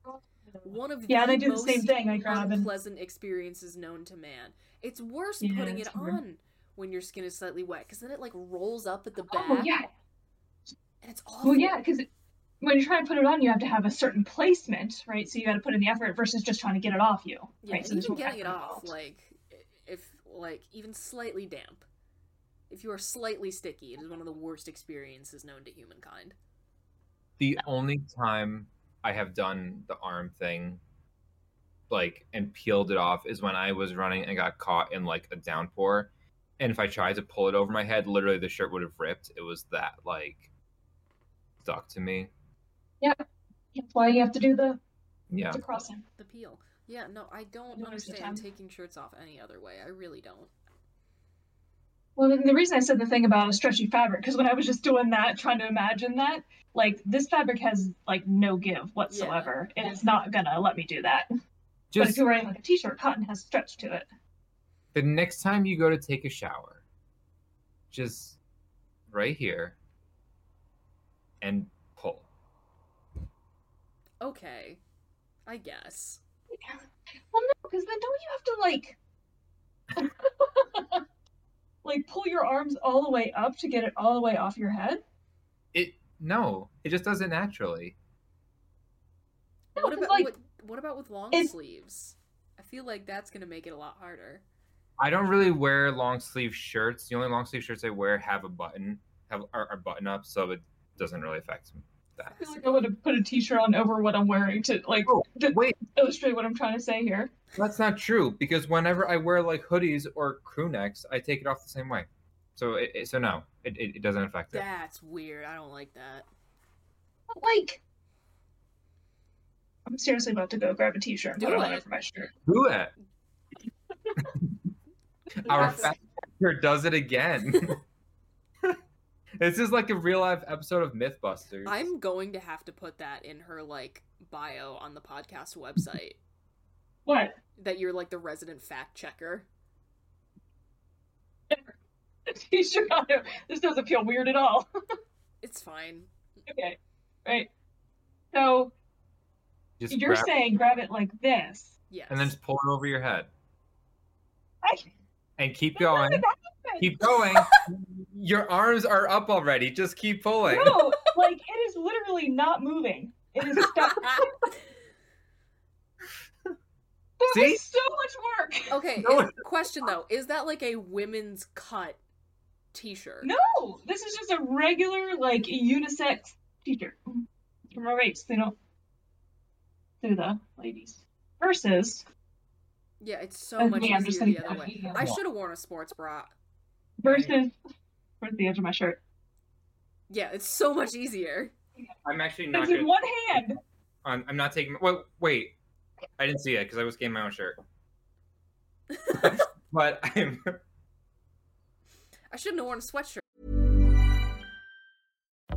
Speaker 1: one of
Speaker 3: Yeah,
Speaker 1: the
Speaker 3: they do the
Speaker 1: most
Speaker 3: same thing. I grab and
Speaker 1: unpleasant experiences known to man. It's worse
Speaker 3: Yeah,
Speaker 1: putting it
Speaker 3: it's weird.
Speaker 1: on when your skin is slightly wet because then it like rolls up at the back
Speaker 3: oh yeah,
Speaker 1: and it's awful.
Speaker 3: Well, yeah, because when you're trying to put it on, you have to have a certain placement, right? So you got to put in the effort versus just trying to get it off you.
Speaker 1: Yeah,
Speaker 3: right? So there's
Speaker 1: even
Speaker 3: more
Speaker 1: getting it
Speaker 3: effort
Speaker 1: off,
Speaker 3: involved.
Speaker 1: like if like even slightly damp, if you are slightly sticky, it is one of the worst experiences known to humankind.
Speaker 2: The only time I have done the arm thing, like and peeled it off, is when I was running and got caught in like a downpour. And if I tried to pull it over my head, literally the shirt would have ripped. It was that like stuck to me.
Speaker 3: That's why you have to do the,
Speaker 2: Yeah.
Speaker 3: the crossing.
Speaker 1: The peel. Yeah, no, I don't
Speaker 3: You waste the
Speaker 1: understand
Speaker 3: time.
Speaker 1: taking shirts off any other way. I really don't.
Speaker 3: Well, then the reason I said the thing about a stretchy fabric, because when I was just doing that, trying to imagine that, like this fabric has like no give whatsoever. It is not gonna let me do that. but if
Speaker 2: Just
Speaker 3: you're wearing like a t-shirt, cotton has stretch to it.
Speaker 2: the next time you go to take a shower, just right here and pull.
Speaker 1: Okay. I guess.
Speaker 3: Well, no, because then don't you have to like, like pull your arms all the way up to get it all the way off your head?
Speaker 2: It no, it just does it naturally.
Speaker 3: No,
Speaker 1: what
Speaker 3: 'cause,
Speaker 1: about
Speaker 3: like
Speaker 1: what, what about with long
Speaker 3: it's-
Speaker 1: sleeves? I feel like that's gonna make it a lot harder.
Speaker 2: I don't really wear long sleeve shirts. The only long sleeve shirts I wear have a button, have are, are button up, so it doesn't really affect me. That.
Speaker 3: I feel like I would have put a t-shirt on over what I'm wearing to like
Speaker 2: Oh,
Speaker 3: to
Speaker 2: Wait,
Speaker 3: illustrate what I'm trying to say here.
Speaker 2: that's not true because whenever I wear like hoodies or crew necks, I take it off the same way. So it, it- so no, it, it, it doesn't affect it.
Speaker 1: That's weird. I don't like that.
Speaker 3: But like, I'm seriously about to go grab a t-shirt and
Speaker 1: Do
Speaker 3: put it on
Speaker 1: it.
Speaker 3: over my shirt.
Speaker 2: Do it. Our
Speaker 1: That's-
Speaker 2: fat factor does it again. this is like a real life episode of MythBusters.
Speaker 1: I'm going to have to put that in her like bio on the podcast website
Speaker 3: What?
Speaker 1: that you're like the resident fact checker.
Speaker 3: A t-shirt on over. This doesn't feel weird at all.
Speaker 1: It's fine.
Speaker 3: okay, right. So
Speaker 2: just
Speaker 3: you're
Speaker 2: grab-
Speaker 3: saying grab it like this?
Speaker 1: Yes.
Speaker 2: and then just pull it over your head
Speaker 3: I
Speaker 2: and keep
Speaker 3: That's not
Speaker 2: going.
Speaker 3: what that is.
Speaker 2: Keep going. your arms are up already. Just keep pulling.
Speaker 3: No, like it is literally not moving. It is stuck. That
Speaker 2: See?
Speaker 3: was so much work.
Speaker 1: okay,
Speaker 2: No,
Speaker 1: is-
Speaker 2: it's-
Speaker 1: question though, is that like a women's cut t-shirt?
Speaker 3: No, this is just a regular like unisex t-shirt from a race. They don't do the ladies versus
Speaker 1: Yeah, it's so
Speaker 3: Okay,
Speaker 1: much
Speaker 3: I'm just
Speaker 1: easier the
Speaker 3: gonna-
Speaker 1: other way.
Speaker 3: yeah.
Speaker 1: I should have worn a sports bra.
Speaker 3: versus. Where's the edge of my shirt?
Speaker 1: Yeah, it's so much easier.
Speaker 2: I'm actually not.
Speaker 3: It's in
Speaker 2: Good.
Speaker 3: one hand.
Speaker 2: I'm, I'm not taking. Wait, wait. I didn't see it because I was getting my own shirt. but I'm.
Speaker 1: I shouldn't have worn a sweatshirt.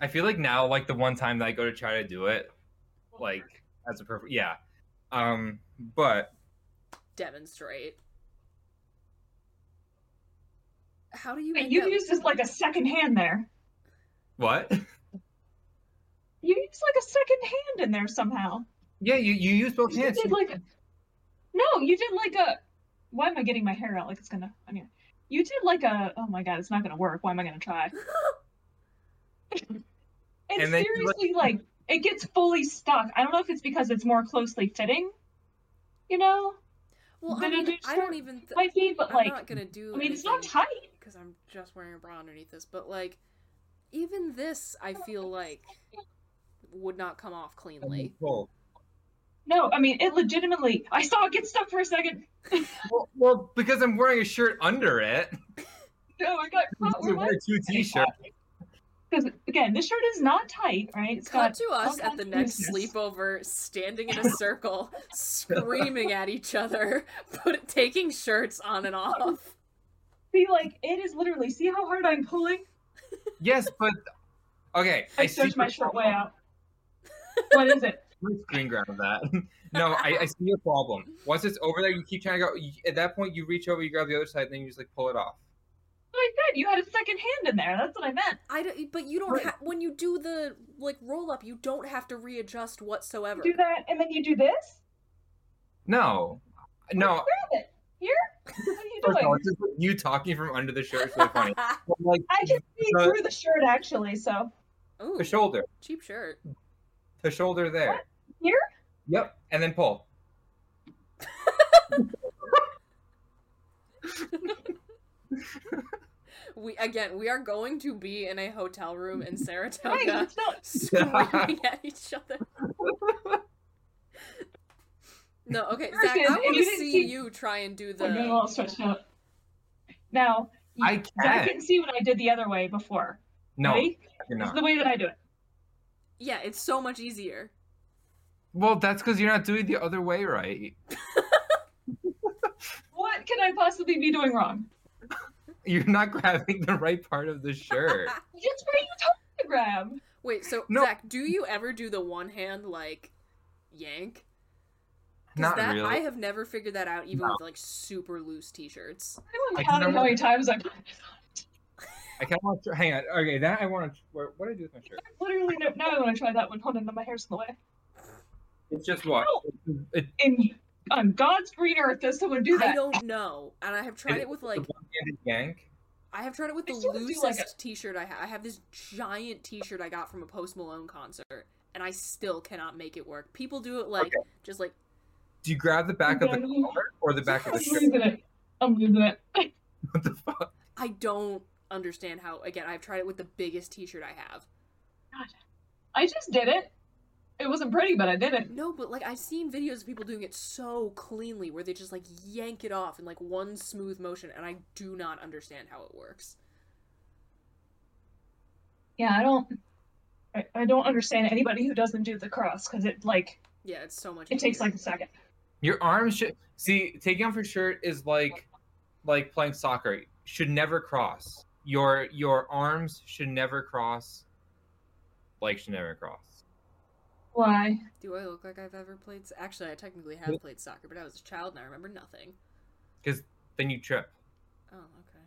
Speaker 2: I feel like now, like the one time that I go to try to do it, like as a perfect, yeah. Um, but
Speaker 1: Demonstrate. How do you
Speaker 3: Wait,
Speaker 1: end
Speaker 3: you
Speaker 1: up-
Speaker 3: used just like a second hand there.
Speaker 2: what?
Speaker 3: You used like a second hand in there somehow.
Speaker 2: Yeah, you you use both
Speaker 3: You
Speaker 2: hands.
Speaker 3: did like a... No, you did like a. Why am I getting my hair out like it's gonna? Anyway, you did like a. Oh my god, it's not gonna work. Why am I gonna try? and
Speaker 2: And then you, like-
Speaker 3: seriously, like it gets fully stuck. I don't know if it's because it's more closely fitting. You know,
Speaker 1: Well, I
Speaker 3: Then I
Speaker 1: mean,
Speaker 3: do
Speaker 1: I
Speaker 3: start-
Speaker 1: don't even. Th-
Speaker 3: might be, but
Speaker 1: I'm
Speaker 3: like,
Speaker 1: not gonna do.
Speaker 3: I mean, it's not tight.
Speaker 1: because I'm just wearing a bra underneath this. But like, even this, I feel like would not come off
Speaker 3: Um,
Speaker 1: cleanly.
Speaker 2: Well,
Speaker 3: No, I mean it legitimately. I saw it get stuck for a second.
Speaker 2: well, well, because I'm wearing a shirt under it.
Speaker 3: No, I got caught.
Speaker 2: You
Speaker 3: Where
Speaker 2: wear two t-shirts.
Speaker 3: Because again, this shirt is not tight, right? It's
Speaker 1: Cut
Speaker 3: got
Speaker 1: to
Speaker 3: all
Speaker 1: us at
Speaker 3: kinds
Speaker 1: the
Speaker 3: of
Speaker 1: next
Speaker 3: looseness.
Speaker 1: sleepover, standing in a circle, screaming at each other, put, taking shirts on and off.
Speaker 3: See, like it is literally. See how hard I'm pulling?
Speaker 2: Yes, but okay.
Speaker 3: I,
Speaker 2: see
Speaker 3: stretched my
Speaker 2: your-
Speaker 3: shirt way out. what is it?
Speaker 2: Let's screen grab of that. no, I, I see your problem. Once it's over there, you keep trying to go. You, at that point, you reach over, you grab the other side, and then you just like pull it off.
Speaker 3: What I said. You had a second hand in there. That's what I meant.
Speaker 1: I don't, but you don't have when you do the like roll up, you don't have to readjust whatsoever.
Speaker 3: Do that, and then you do this.
Speaker 2: No, no.
Speaker 3: Grab it here. What are you
Speaker 2: First of all,
Speaker 3: doing?
Speaker 2: it's just you talking from under the shirt is really funny. But, like
Speaker 3: I can see
Speaker 2: the-
Speaker 3: through the shirt actually. So
Speaker 1: Ooh,
Speaker 2: the shoulder,
Speaker 1: cheap shirt.
Speaker 2: the shoulder there.
Speaker 3: here.
Speaker 2: Yep, and then pull.
Speaker 1: We again, we are going to be in a hotel room in
Speaker 3: Hey,
Speaker 1: Saratoga,
Speaker 3: it's not-
Speaker 1: screaming at each other. No, okay,
Speaker 3: First
Speaker 1: Zach,
Speaker 3: is,
Speaker 1: I
Speaker 3: if
Speaker 1: want
Speaker 3: you
Speaker 1: to
Speaker 3: didn't
Speaker 1: see
Speaker 3: see-
Speaker 1: you try and do
Speaker 3: I'm getting a
Speaker 1: the.
Speaker 3: little stretched out. Now you-
Speaker 2: I
Speaker 3: Zach
Speaker 2: can.
Speaker 3: didn't see what I did the other way before.
Speaker 2: No,
Speaker 3: Ready?
Speaker 2: you're
Speaker 3: This is
Speaker 2: not.
Speaker 3: the way that I do it.
Speaker 1: Yeah, it's so much easier.
Speaker 2: Well, that's because you're not doing the other way right.
Speaker 3: What can I possibly be doing wrong?
Speaker 2: You're not grabbing the right part of the shirt.
Speaker 3: It's where you told me to grab.
Speaker 1: Wait, so
Speaker 2: No.
Speaker 1: Zach, do you ever do the one hand like yank? 'Cause
Speaker 2: not
Speaker 1: that,
Speaker 2: really.
Speaker 1: I have never figured that out, even with like super loose t-shirts.
Speaker 3: I
Speaker 2: I
Speaker 3: don't count
Speaker 2: remember-
Speaker 3: how many times I've
Speaker 2: I kind of want to hang on. Okay, that I want to. What do I do with my shirt?
Speaker 3: literally no, now I want to try that one. Hold on, no, my hair's in the way.
Speaker 2: It's just what? It,
Speaker 3: In on God's green earth, does someone do
Speaker 1: I
Speaker 3: that?
Speaker 1: don't know, and I have tried it with
Speaker 2: the
Speaker 1: like
Speaker 2: one-handed yank.
Speaker 1: I have tried it with
Speaker 3: I
Speaker 1: the
Speaker 3: still do,
Speaker 1: loosest
Speaker 3: like, a-
Speaker 1: t-shirt I have. I have this giant t-shirt I got from a Post Malone concert, and I still cannot make it work. People do it like just like
Speaker 2: Do you grab the back of the
Speaker 3: Exactly.
Speaker 2: collar or the back of
Speaker 3: I'm
Speaker 2: the shirt?
Speaker 3: losing it. I'm losing it.
Speaker 2: What the fuck?
Speaker 1: I don't understand how. Again, I've tried it with the biggest t-shirt I have.
Speaker 3: I just did it. It wasn't pretty, but I did it.
Speaker 1: No, but like I've seen videos of people doing it so cleanly where they just like yank it off in like one smooth motion and I do not understand how it works.
Speaker 3: Yeah, I don't. I, I don't understand anybody who doesn't do the cross because it like
Speaker 1: Yeah, it's so much
Speaker 3: it takes
Speaker 1: easier.
Speaker 3: like a second.
Speaker 2: Your arm should see taking off your shirt is like like playing soccer. Should never cross. Your your arms should never cross. Like should never cross.
Speaker 3: Why?
Speaker 1: Do I look like I've ever played s- Actually, I technically have played soccer, but I was a child and I remember nothing.
Speaker 2: Because then you trip.
Speaker 1: Oh, okay.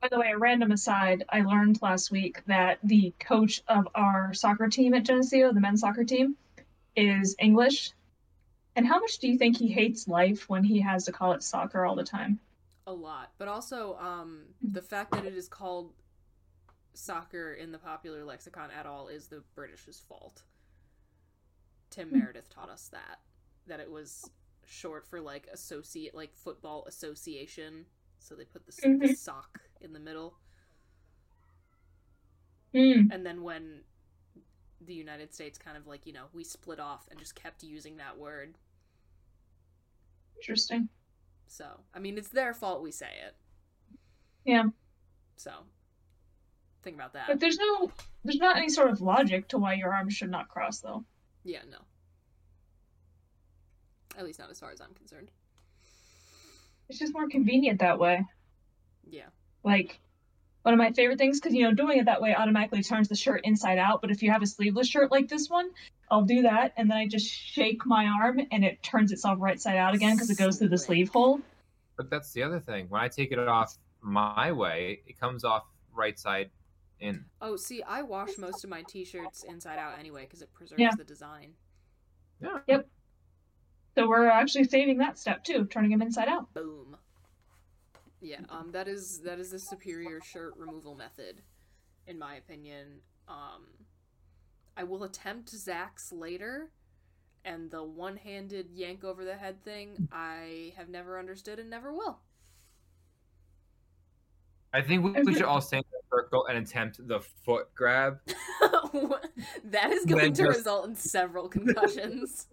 Speaker 3: By the way, a random aside, I learned last week that the coach of our soccer team at Geneseo, the men's soccer team, is English. And how much do you think he hates life when he has to call it soccer all the time?
Speaker 1: A lot. But also um the fact that it is called soccer in the popular lexicon at all is the British's fault. Tim Meredith taught us that that it was short for like associate like football association, so they put the, s the
Speaker 3: Mhm.
Speaker 1: sock in the middle.
Speaker 3: Hmm.
Speaker 1: And then when the United States kind of like, you know, we split off and just kept using that word.
Speaker 3: Interesting.
Speaker 1: So, I mean, it's their fault we say it.
Speaker 3: Yeah.
Speaker 1: So, think about that.
Speaker 3: But there's no there's not any sort of logic to why your arms should not cross though.
Speaker 1: Yeah, no. At least not as far as I'm concerned.
Speaker 3: It's just more convenient that way.
Speaker 1: Yeah.
Speaker 3: Like one of my favorite things cuz you know doing it that way automatically turns the shirt inside out, but if you have a sleeveless shirt like this one, I'll do that and then I just shake my arm and it turns itself right side out again cuz it goes through the sleeve hole.
Speaker 2: But that's the other thing. When I take it off my way, it comes off right side in.
Speaker 1: Oh, see, I wash most of my t-shirts inside out anyway because it preserves
Speaker 3: Yeah.
Speaker 1: the design.
Speaker 2: Yeah.
Speaker 3: Yep. So we're actually saving that step too, turning them inside out.
Speaker 1: Boom. Yeah, um that is that is the superior shirt removal method in my opinion. Um I will attempt Zach's later and the one-handed yank over the head thing I have never understood and never will.
Speaker 2: I think we, we should all stand up circle and attempt the foot grab.
Speaker 1: that is going
Speaker 2: Then
Speaker 1: to
Speaker 2: just-
Speaker 1: result in several concussions.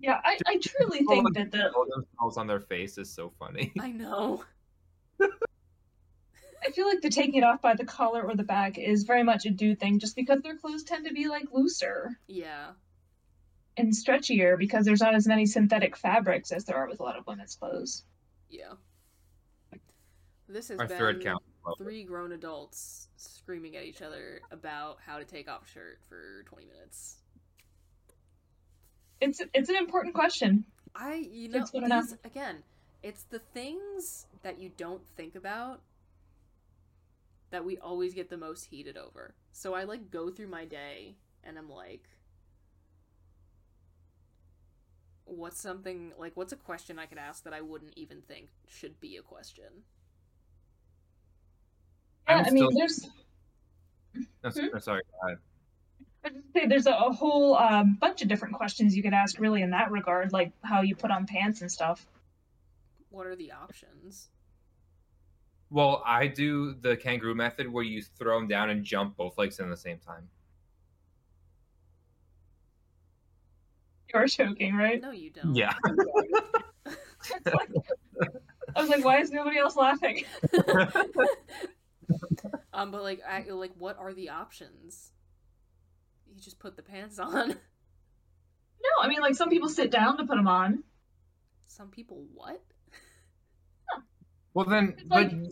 Speaker 3: Yeah, I, I truly think that the
Speaker 2: All themselves on their face is so funny.
Speaker 1: I know.
Speaker 3: I feel like the taking it off by the collar or the back is very much a dude thing, just because their clothes tend to be like looser
Speaker 1: Yeah.
Speaker 3: and stretchier because there's not as many synthetic fabrics as there are with a lot of women's clothes.
Speaker 1: Yeah. This has
Speaker 2: Our
Speaker 1: been
Speaker 2: third count. Love it.
Speaker 1: three grown adults screaming at each other about how to take off a shirt for 20 minutes.
Speaker 3: It's it's an important question.
Speaker 1: I, you know,
Speaker 3: It's good enough.
Speaker 1: these- again, it's the things that you don't think about that we always get the most heated over. So I like go through my day and I'm like, what's something, like, what's a question I could ask that I wouldn't even think should be a question?
Speaker 3: Yeah,
Speaker 2: I'm
Speaker 3: I mean,
Speaker 2: still-
Speaker 3: there's
Speaker 2: No, s- no, sorry. Uh,
Speaker 3: I was gonna say, there's a, a whole um, bunch of different questions you could ask, really, in that regard, like how you put on pants and stuff.
Speaker 1: What are the options?
Speaker 2: well, I do the kangaroo method where you throw them down and jump both legs in at the same time.
Speaker 3: You're joking, right?
Speaker 1: No, you don't.
Speaker 2: Yeah.
Speaker 3: I was like, why is nobody else laughing?
Speaker 1: um, but like, I, like, what are the options? You just put the pants on.
Speaker 3: No, I mean, like some people sit down to put them on.
Speaker 1: Some people, what?
Speaker 2: Well, then,
Speaker 3: It's
Speaker 2: but,
Speaker 3: like-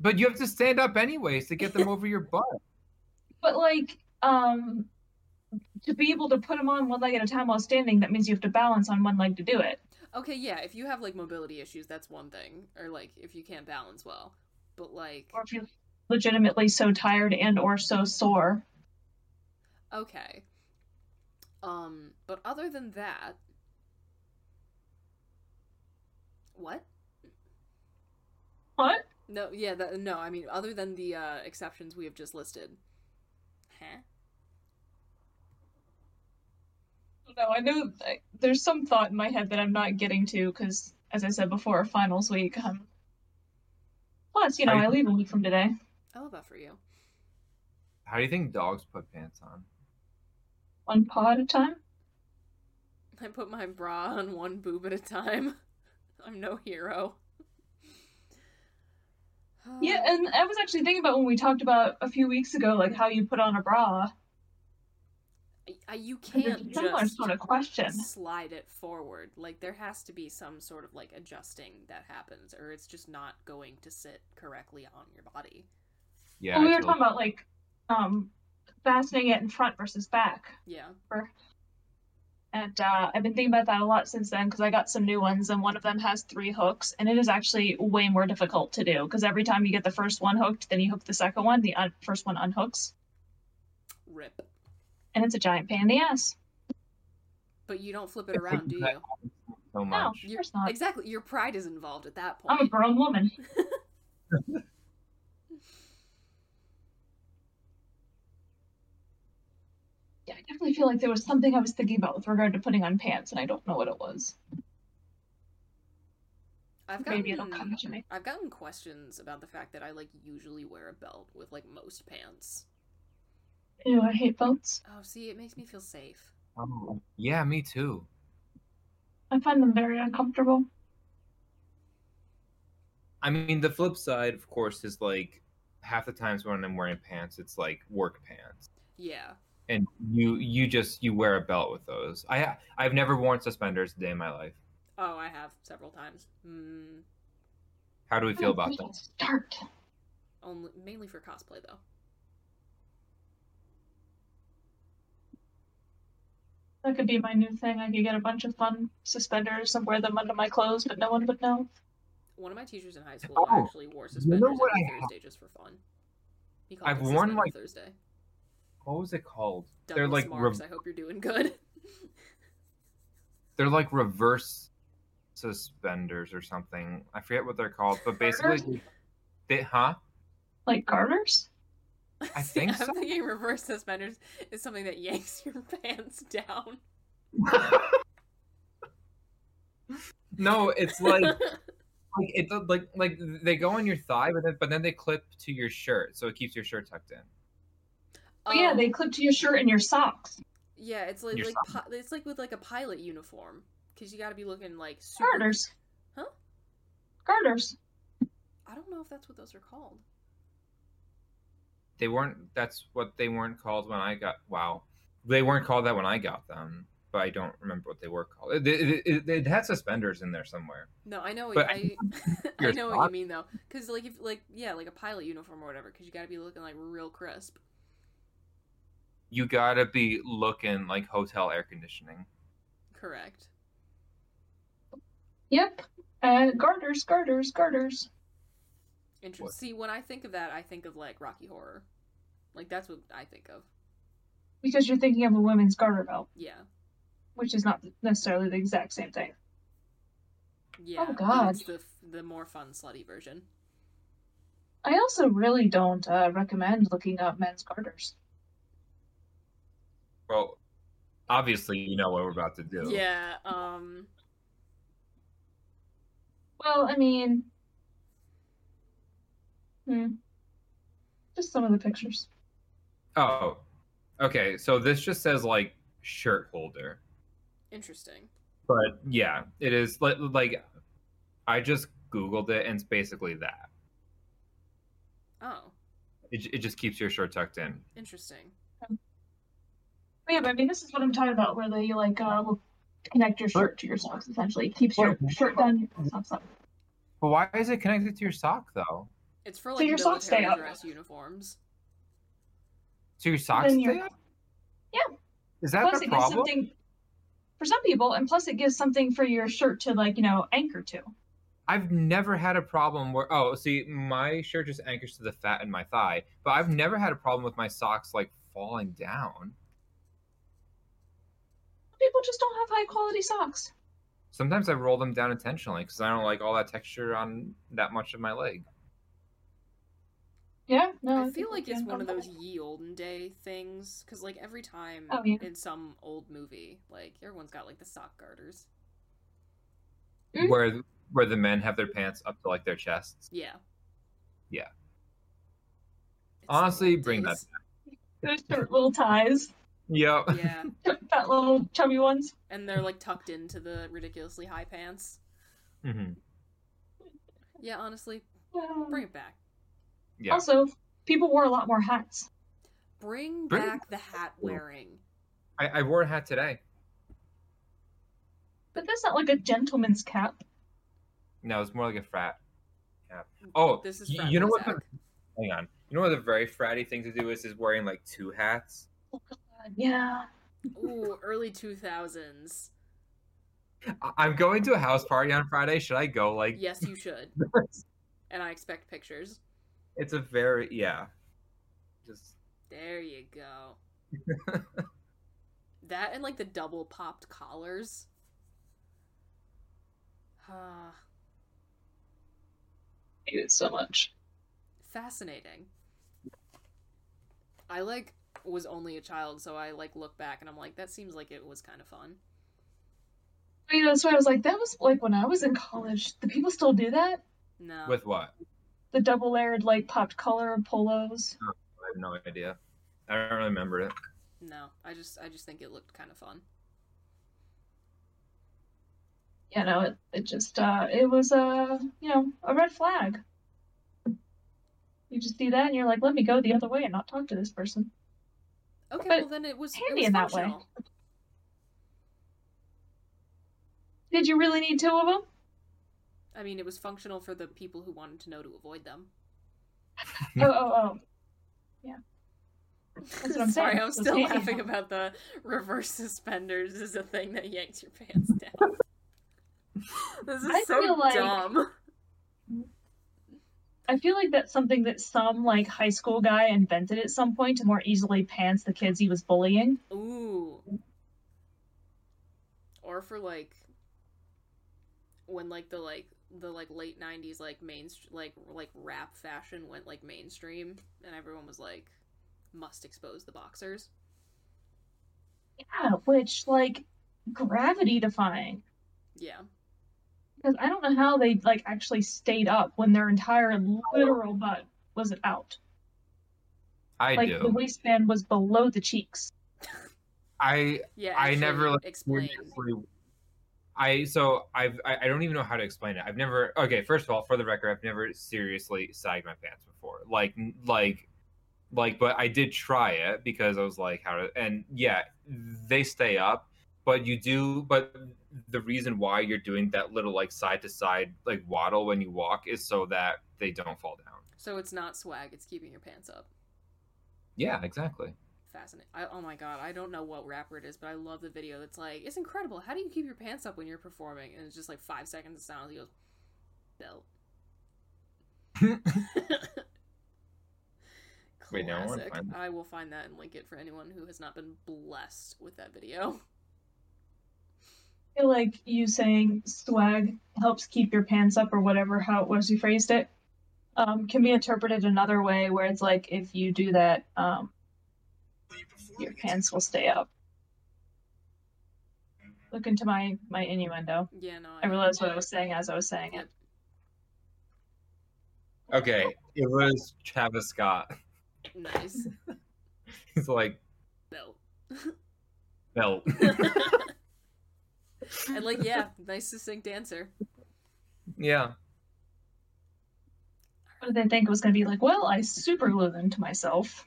Speaker 2: but you have to stand up anyways to get them over your butt.
Speaker 3: But like, um, to be able to put them on one leg at a time while standing, that means you have to balance on one leg to do it.
Speaker 1: Okay, yeah, if you have like mobility issues, that's one thing. Or like if you can't balance well. But like
Speaker 3: Or if you're legitimately so tired and or so sore.
Speaker 1: okay. Um but other than that What?
Speaker 3: What?
Speaker 1: No, yeah, that, no, I mean other than the uh exceptions we have just listed. Huh?
Speaker 3: No, I know I, there's some thought in my head that I'm not getting to because, as I said before, finals week. Um, plus, you know,
Speaker 2: I-
Speaker 3: I leave a week from today.
Speaker 1: I love that for you.
Speaker 2: How do you think dogs put pants on?
Speaker 3: One paw at a time.
Speaker 1: I put my bra on one boob at a time. I'm no hero.
Speaker 3: Yeah, and I was actually thinking about when we talked about a few weeks ago, like how you put on a bra.
Speaker 1: I, you
Speaker 3: It's a
Speaker 1: can't
Speaker 3: similar
Speaker 1: just
Speaker 3: sort of question.
Speaker 1: slide it forward. Like there has to be some sort of like adjusting that happens, or it's just not going to sit correctly on your body.
Speaker 2: Yeah.
Speaker 3: well, we
Speaker 2: I
Speaker 3: were
Speaker 2: feel-
Speaker 3: talking about like um, fastening it in front versus back,
Speaker 1: Yeah.
Speaker 3: and uh, I've been thinking about that a lot since then because I got some new ones, and one of them has three hooks, and it is actually way more difficult to do because every time you get the first one hooked, then you hook the second one, the un- first one unhooks,
Speaker 1: Rip.
Speaker 3: and it's a giant pain in the ass.
Speaker 1: But you don't flip it around, do you?
Speaker 2: so
Speaker 3: No,
Speaker 2: much.
Speaker 3: of
Speaker 1: Your-
Speaker 3: course not.
Speaker 1: Exactly. Your pride is involved at that point.
Speaker 3: I'm a grown woman. yeah, I definitely feel like there was something I was thinking about with regard to putting on pants, and I don't know what it was.
Speaker 1: I've gotten,
Speaker 3: Maybe it'll come to me.
Speaker 1: I've gotten questions about the fact that I like usually wear a belt with like most pants.
Speaker 3: Ew, I hate belts.
Speaker 1: Oh, see, it makes me feel safe.
Speaker 2: Oh, yeah, me too.
Speaker 3: I find them very uncomfortable.
Speaker 2: I mean, the flip side, of course, is like half the times when I'm wearing pants, it's like work pants,
Speaker 1: Yeah.
Speaker 2: and you you just you wear a belt with those. I I've never worn suspenders a day in my life.
Speaker 1: Oh, I have several times. Mm,
Speaker 2: How do we
Speaker 3: Oh,
Speaker 2: feel about that?
Speaker 3: Start.
Speaker 1: only mainly for cosplay though.
Speaker 3: That could be my new thing. I could get a bunch of fun suspenders and wear them under my clothes, but no one would know.
Speaker 1: One of my teachers in high school
Speaker 2: Oh,
Speaker 1: actually wore
Speaker 2: you know
Speaker 1: suspenders
Speaker 2: what
Speaker 1: every
Speaker 2: I ha-
Speaker 1: Thursday just for fun. He called
Speaker 2: I've
Speaker 1: it
Speaker 2: worn
Speaker 1: Suspender
Speaker 2: my-
Speaker 1: Thursday.
Speaker 2: What was it called?
Speaker 1: Douglas
Speaker 2: they're like
Speaker 1: Marks,
Speaker 2: re-
Speaker 1: I hope you're doing good.
Speaker 2: they're like reverse suspenders or something. I forget what they're called, but basically, they, huh?
Speaker 3: Like garters?
Speaker 2: I
Speaker 1: See,
Speaker 2: think
Speaker 1: I'm
Speaker 2: so.
Speaker 1: thinking reverse suspenders is something that yanks your pants down.
Speaker 2: no, it's like like it like like they go on your thigh, but then but then they clip to your shirt, so it keeps your shirt tucked in.
Speaker 3: Oh, yeah, they clip to your shirt and your socks.
Speaker 1: Um, Yeah, it's like
Speaker 2: Your
Speaker 1: like
Speaker 2: son.
Speaker 1: pi- it's like with like a pilot uniform because you got to be looking like super.
Speaker 3: Garters.
Speaker 1: Huh?
Speaker 3: Garters.
Speaker 1: I don't know if that's what those are called.
Speaker 2: They weren't. That's what they weren't called when I got. Wow, they weren't called that when I got them, but I don't remember what they were called. It, it, it, it had suspenders in there somewhere.
Speaker 1: No, I know.
Speaker 2: But-
Speaker 1: I I
Speaker 2: Your
Speaker 1: know what you
Speaker 2: sock?
Speaker 1: mean though, because like if like yeah, like a pilot uniform or whatever, because you got to be looking like real crisp.
Speaker 2: You gotta be looking like hotel air conditioning.
Speaker 1: Correct.
Speaker 3: Yep. Uh, garters, garters, garters.
Speaker 1: Interesting.
Speaker 2: What?
Speaker 1: See, when I think of that, I think of like Rocky Horror. Like that's what I think of.
Speaker 3: Because you're thinking of a women's garter belt,
Speaker 1: Yeah.
Speaker 3: which is not necessarily the exact same thing.
Speaker 1: Yeah. but
Speaker 3: Oh, God.
Speaker 1: It's the f- the more fun slutty version.
Speaker 3: I also really don't uh, recommend looking up men's garters.
Speaker 2: Well, obviously you know what we're about to do.
Speaker 1: Yeah. Um.
Speaker 3: Well, I mean, hmm. Just some of the pictures.
Speaker 2: Oh, okay. So this just says like shirt holder,
Speaker 1: Interesting.
Speaker 2: but yeah, it is li- like I just googled it, and it's basically that.
Speaker 1: Oh,
Speaker 2: It, it just keeps your shirt tucked in.
Speaker 1: interesting.
Speaker 3: But yeah, but I mean, this is what I'm talking about, where they like uh, connect your shirt to your socks. Essentially, It keeps your
Speaker 2: What?
Speaker 3: shirt down, your socks up.
Speaker 2: But why is it connected to your sock though?
Speaker 1: It's for
Speaker 3: So
Speaker 1: like
Speaker 3: your
Speaker 1: military
Speaker 3: socks stay up.
Speaker 1: dress uniforms.
Speaker 2: So your socks?
Speaker 3: Then your-
Speaker 2: stay up?
Speaker 3: Yeah.
Speaker 2: Is that
Speaker 3: plus,
Speaker 2: the
Speaker 3: it gives
Speaker 2: problem?
Speaker 3: something for some people, and plus, it gives something for your shirt to like you know anchor to.
Speaker 2: I've never had a problem where oh, see, my shirt just anchors to the fat in my thigh, but I've never had a problem with my socks like falling down.
Speaker 3: Some people just don't have high quality socks.
Speaker 2: Sometimes I roll them down intentionally because I don't like all that texture on that much of my leg.
Speaker 3: Yeah, no.
Speaker 1: I feel like it's
Speaker 3: yeah,
Speaker 1: one of
Speaker 3: I'm-
Speaker 1: those ye olden day things because like every time
Speaker 3: Oh, yeah.
Speaker 1: in some old movie, like everyone's got like the sock garters.
Speaker 3: Mhm.
Speaker 2: Where where the men have their pants up to like their chests.
Speaker 1: Yeah.
Speaker 2: Yeah.
Speaker 1: It's so
Speaker 2: Honestly,
Speaker 1: old
Speaker 2: bring that
Speaker 1: days.
Speaker 3: Those short little ties,
Speaker 2: Yep.
Speaker 1: yeah,
Speaker 3: that little chubby ones.
Speaker 1: and they're like tucked into the ridiculously high pants.
Speaker 2: hmm
Speaker 1: Yeah, honestly,
Speaker 3: Yeah.
Speaker 1: bring it back.
Speaker 2: Yeah.
Speaker 3: Also, people wore a lot more hats.
Speaker 1: Bring
Speaker 2: Bring it Oh.
Speaker 1: back the hat wearing.
Speaker 2: I, I wore a hat today.
Speaker 3: But that's not like a gentleman's cap.
Speaker 2: No, it's more like a frat. Yeah. Oh,
Speaker 1: This is
Speaker 2: y-
Speaker 1: frat
Speaker 2: you know
Speaker 1: boy
Speaker 2: what? the-
Speaker 1: Zach.
Speaker 2: hang on. You know what the very fratty thing to do is is wearing like two hats.
Speaker 3: Yeah.
Speaker 1: Ooh, early two thousands.
Speaker 2: I- I'm going to a house party on Friday. Should I go? Like,
Speaker 1: Yes, you should. and I expect pictures.
Speaker 2: it's a very yeah. Just
Speaker 1: There you go. that and like the double popped collars. Ah,
Speaker 3: Hate it so much.
Speaker 1: fascinating. I like was only a child, so I like look back and I'm like, that seems like it was kind of fun.
Speaker 3: But, you know, that's why I was like, that was like when I was in college. Do people still do that?
Speaker 1: No,
Speaker 2: with what?
Speaker 3: The double layered, like popped collar polos.
Speaker 2: I have no idea. I don't really remember it.
Speaker 1: no. I just I just think it looked kind of fun.
Speaker 3: You know, it, it just, uh, it was, uh, you know, a red flag. You just see that and you're like, let me go the other way and not talk to this person.
Speaker 1: Okay,
Speaker 3: But
Speaker 1: well then it was it
Speaker 3: handy
Speaker 1: was
Speaker 3: in that way.
Speaker 1: functional.
Speaker 3: Did you really need two of them?
Speaker 1: I mean, it was functional for the people who wanted to know to avoid them.
Speaker 3: oh, oh, oh. Yeah. That's what I'm
Speaker 1: Sorry,
Speaker 3: saying.
Speaker 1: I'm
Speaker 3: It's
Speaker 1: still
Speaker 3: handy
Speaker 1: laughing
Speaker 3: now.
Speaker 1: about the reverse suspenders is a thing that yanks your pants down. this is
Speaker 3: I
Speaker 1: so
Speaker 3: feel like-
Speaker 1: dumb.
Speaker 3: I feel like that's something that some like high school guy invented at some point to more easily pants the kids he was bullying.
Speaker 1: Ooh. Or for like when like the like the like late 90s like main like like rap fashion went like mainstream and everyone was like must expose the boxers.
Speaker 3: Yeah, which like gravity defying.
Speaker 1: Yeah.
Speaker 3: Because I don't know how they like actually stayed up when their entire literal butt was out.
Speaker 2: I
Speaker 3: like
Speaker 2: do.
Speaker 3: the waistband was below the cheeks.
Speaker 2: I
Speaker 1: Yeah,
Speaker 2: I
Speaker 1: actually
Speaker 2: never like,
Speaker 1: explain.
Speaker 2: seriously- I so I've I, I don't even know how to explain it. I've never okay. First of all, for the record, I've never seriously sagged my pants before. Like n- like like, but I did try it because I was like, how to and yeah, they stay up, but you do. But the reason why you're doing that little like side to side like waddle when you walk is so that they don't fall down.
Speaker 1: So it's not swag, it's keeping your pants up.
Speaker 2: Yeah, exactly.
Speaker 1: Fascinating. I, oh my god, I don't know what rapper it is, but I love the video that's like, it's incredible. How do you keep your pants up when you're performing? And it's just like five seconds of sound. He goes, belt.
Speaker 2: Wait, now I wanna
Speaker 1: Classic.
Speaker 2: find it.
Speaker 1: I will find that and link it for anyone who has not been blessed with that video.
Speaker 3: I feel like you saying swag helps keep your pants up or whatever how it was you phrased it um, can be interpreted another way where it's like if you do that um, your pants will stay up look into my my innuendo
Speaker 1: yeah no
Speaker 3: i realized what i was saying as i was saying it
Speaker 2: Okay, it was Travis Scott.
Speaker 1: Nice.
Speaker 2: He's like
Speaker 1: Belt.
Speaker 2: belt.
Speaker 1: And like, yeah, nice succinct answer.
Speaker 2: yeah.
Speaker 3: what did they think it was going to be like well i super glue them to myself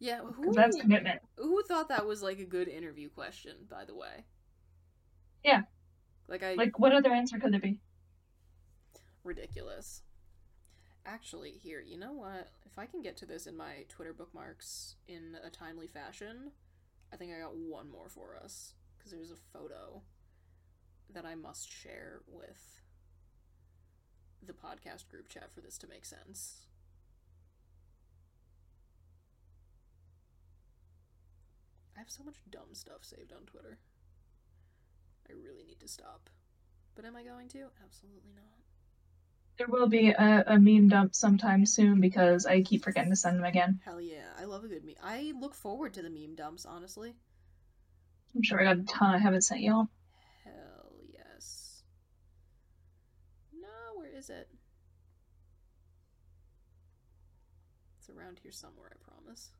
Speaker 1: Yeah, who
Speaker 3: 'Cause that's commitment.
Speaker 1: Who thought that was like a good interview question, by the way?
Speaker 3: yeah
Speaker 1: Like I
Speaker 3: like what other answer could there be
Speaker 1: ridiculous. Actually, here, you know what? If I can get to this in my Twitter bookmarks in a timely fashion, I think I got one more for us because there's a photo that I must share with the podcast group chat for this to make sense. I have so much dumb stuff saved on Twitter. I really need to stop. But am I going to? Absolutely not.
Speaker 3: there will be a, a meme dump sometime soon because i keep forgetting to send them again
Speaker 1: Hell yeah, I love a good meme. I look forward to the meme dumps, honestly.
Speaker 3: i'm sure i got a ton i haven't sent y'all
Speaker 1: Hell yes. No, where is it? It's around here somewhere, I promise.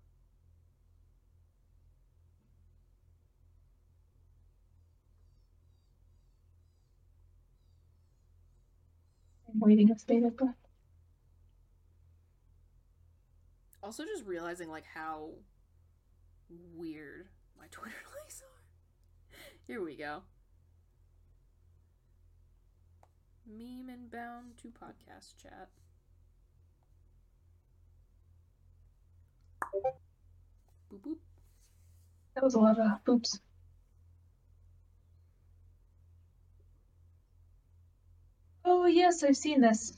Speaker 3: I'm waiting with bated breath.
Speaker 1: Also, just realizing like how weird my Twitter likes are. Here we go. Meme inbound to podcast chat. Boop boop.
Speaker 3: That was a lot of boops. Oh yes, I've seen this.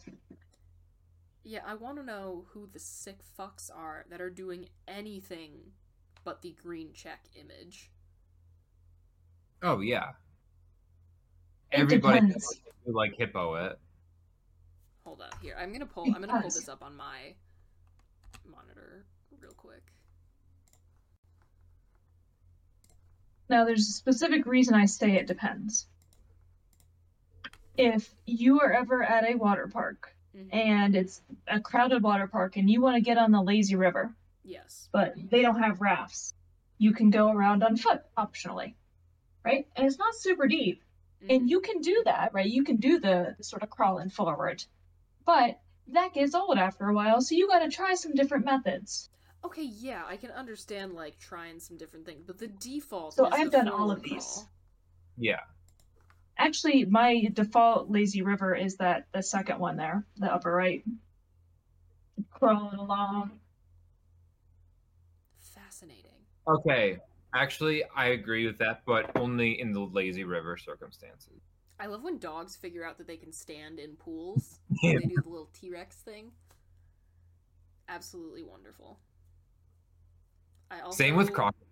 Speaker 1: Yeah, I want to know who the sick fucks are that are doing anything but the green check image.
Speaker 2: Oh yeah.
Speaker 1: It
Speaker 2: Everybody
Speaker 1: depends.
Speaker 2: who, like hippo it.
Speaker 1: Hold on here. I'm gonna pull. I'm gonna pull
Speaker 3: Because-
Speaker 1: this up on my monitor real quick.
Speaker 3: Now there's a specific reason I say it depends. If you are ever at a water park and it's a crowded water park and you want to get on the lazy river,
Speaker 1: Yes.
Speaker 3: but they don't have rafts. You can go around on foot optionally, right? And it's not super deep. And you can do that, right? You can do the, the sort of crawling forward, but that gets old after a while, so you got to try some different methods.
Speaker 1: Okay, yeah, I can understand like trying some different things, but the default.
Speaker 3: So
Speaker 1: is
Speaker 3: I've
Speaker 1: the
Speaker 3: done all of
Speaker 1: forward
Speaker 3: these.
Speaker 1: crawl.
Speaker 2: Yeah.
Speaker 3: Actually, my default lazy river is that the second one there, the upper right, crawling along.
Speaker 1: Fascinating.
Speaker 2: Okay. Actually, I agree with that, but only in the lazy river circumstances.
Speaker 1: I love when dogs figure out that they can stand in pools. when They do the little T Rex thing. Absolutely wonderful. I also
Speaker 2: Same with crocodiles.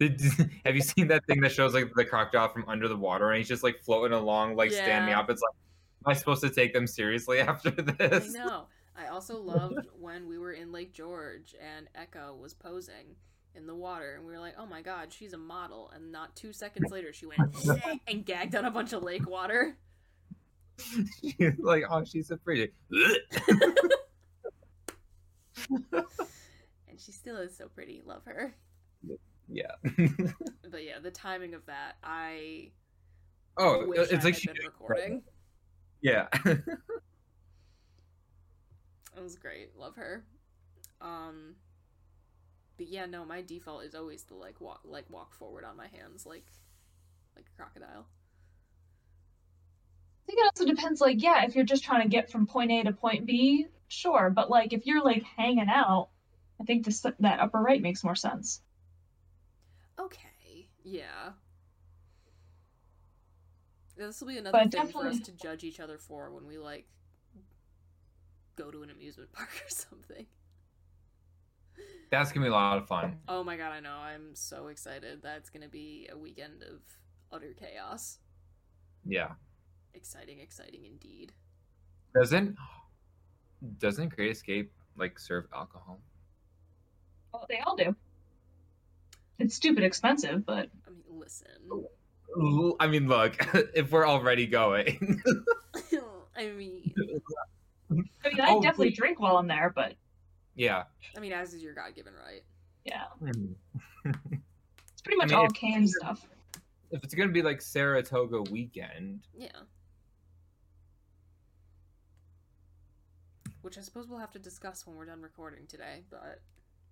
Speaker 2: Did, have you seen that thing that shows like the crocodile from under the water and he's just like floating along, like standing
Speaker 1: Yeah.
Speaker 2: up? It's like, am I supposed to take them seriously after
Speaker 1: I
Speaker 2: this?
Speaker 1: know. I also loved when we were in Lake George and Echo was posing in the water, and we were like, "Oh my God, she's a model!" And not two seconds later, she went and gagged on a bunch of lake water.
Speaker 2: She's like, oh, she's so pretty.
Speaker 1: and she still is so pretty. Love her.
Speaker 2: yeah.
Speaker 1: But yeah, the timing of that, I
Speaker 2: Oh,
Speaker 1: wish
Speaker 2: it's
Speaker 1: I
Speaker 2: like
Speaker 1: had
Speaker 2: she
Speaker 1: been
Speaker 2: did it right.
Speaker 1: recording.
Speaker 2: Yeah.
Speaker 1: It was great. Love her. Um but yeah, no, my default is always the like walk like walk forward on my hands like like a crocodile.
Speaker 3: I think it also depends, like, yeah, if you're just trying to get from point A to point B, sure. But like, if you're like hanging out, I think this that upper right makes more sense.
Speaker 1: Okay. Yeah. This will be another
Speaker 3: But
Speaker 1: thing for us
Speaker 3: definitely-
Speaker 1: to judge each other for when we like go to an amusement park or something.
Speaker 2: That's gonna be a lot of fun.
Speaker 1: Oh my god, I know. I'm so excited. That's going to be a weekend of utter chaos.
Speaker 2: Yeah.
Speaker 1: Exciting, exciting indeed.
Speaker 2: Doesn't doesn't Great Escape like serve alcohol?
Speaker 3: Well, they all do. It's stupid expensive, but
Speaker 1: I mean, listen.
Speaker 2: L- I mean, look, if we're already going,
Speaker 1: I mean,
Speaker 3: I mean, I
Speaker 2: Oh,
Speaker 3: definitely
Speaker 2: wait.
Speaker 3: drink while I'm there, but
Speaker 2: yeah,
Speaker 1: I mean, as is your God-given right.
Speaker 3: yeah,
Speaker 2: Hmm. if
Speaker 3: it's pretty much
Speaker 2: mean,
Speaker 3: all
Speaker 2: if-
Speaker 3: canned stuff.
Speaker 2: it's gonna be like Saratoga weekend,
Speaker 1: Yeah. Which I suppose we'll have to discuss when we're done recording today, but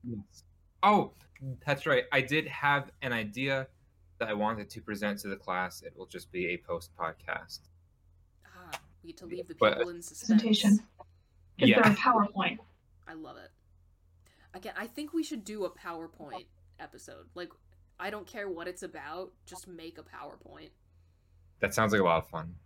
Speaker 2: Yes. Oh, that's right. I did have an idea that I wanted to present to the class. It will just be a post podcast.
Speaker 1: ah, we get to leave the
Speaker 2: But-
Speaker 1: people in suspense.
Speaker 3: Presentation. If
Speaker 2: Yeah.
Speaker 3: they're a PowerPoint,
Speaker 1: I love it. Again, I think we should do a PowerPoint episode. Like, I don't care what it's about, just make a PowerPoint.
Speaker 2: That sounds like a lot of fun.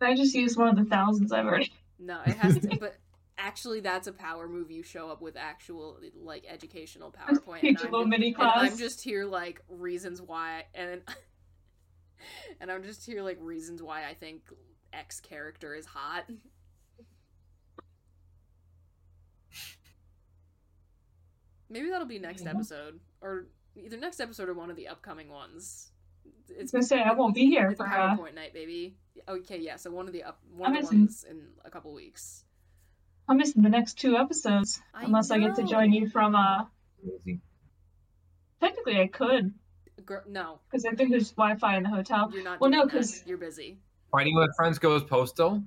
Speaker 3: Can I just use one of the thousands I've already.
Speaker 1: No, it has to. but actually, that's a power move. You show up with actual like educational PowerPoint.
Speaker 3: teach a
Speaker 1: I'm
Speaker 3: little
Speaker 1: just-
Speaker 3: mini
Speaker 1: and
Speaker 3: class.
Speaker 1: I'm just here like reasons why, and and I'm just here like reasons why I think X character is hot. Maybe that'll be next episode, or either next episode or one of the upcoming ones.
Speaker 3: It's gonna say I won't be here
Speaker 1: It's
Speaker 3: for. Uh,
Speaker 1: PowerPoint night, baby. Okay, yeah. So one of the up, one
Speaker 3: I'm
Speaker 1: of the
Speaker 3: missing-
Speaker 1: ones in a couple weeks.
Speaker 3: I'm missing the next two episodes
Speaker 1: I
Speaker 3: unless I get to
Speaker 1: know.
Speaker 3: join you from. Uh,
Speaker 2: Amazing.
Speaker 3: technically, I could
Speaker 1: Girl, no,
Speaker 3: because I think there's Wi-Fi in the hotel.
Speaker 1: you're not.
Speaker 3: Well,
Speaker 1: doing
Speaker 3: no,
Speaker 1: that.
Speaker 3: because
Speaker 1: you're busy.
Speaker 2: Fighting with friends goes postal.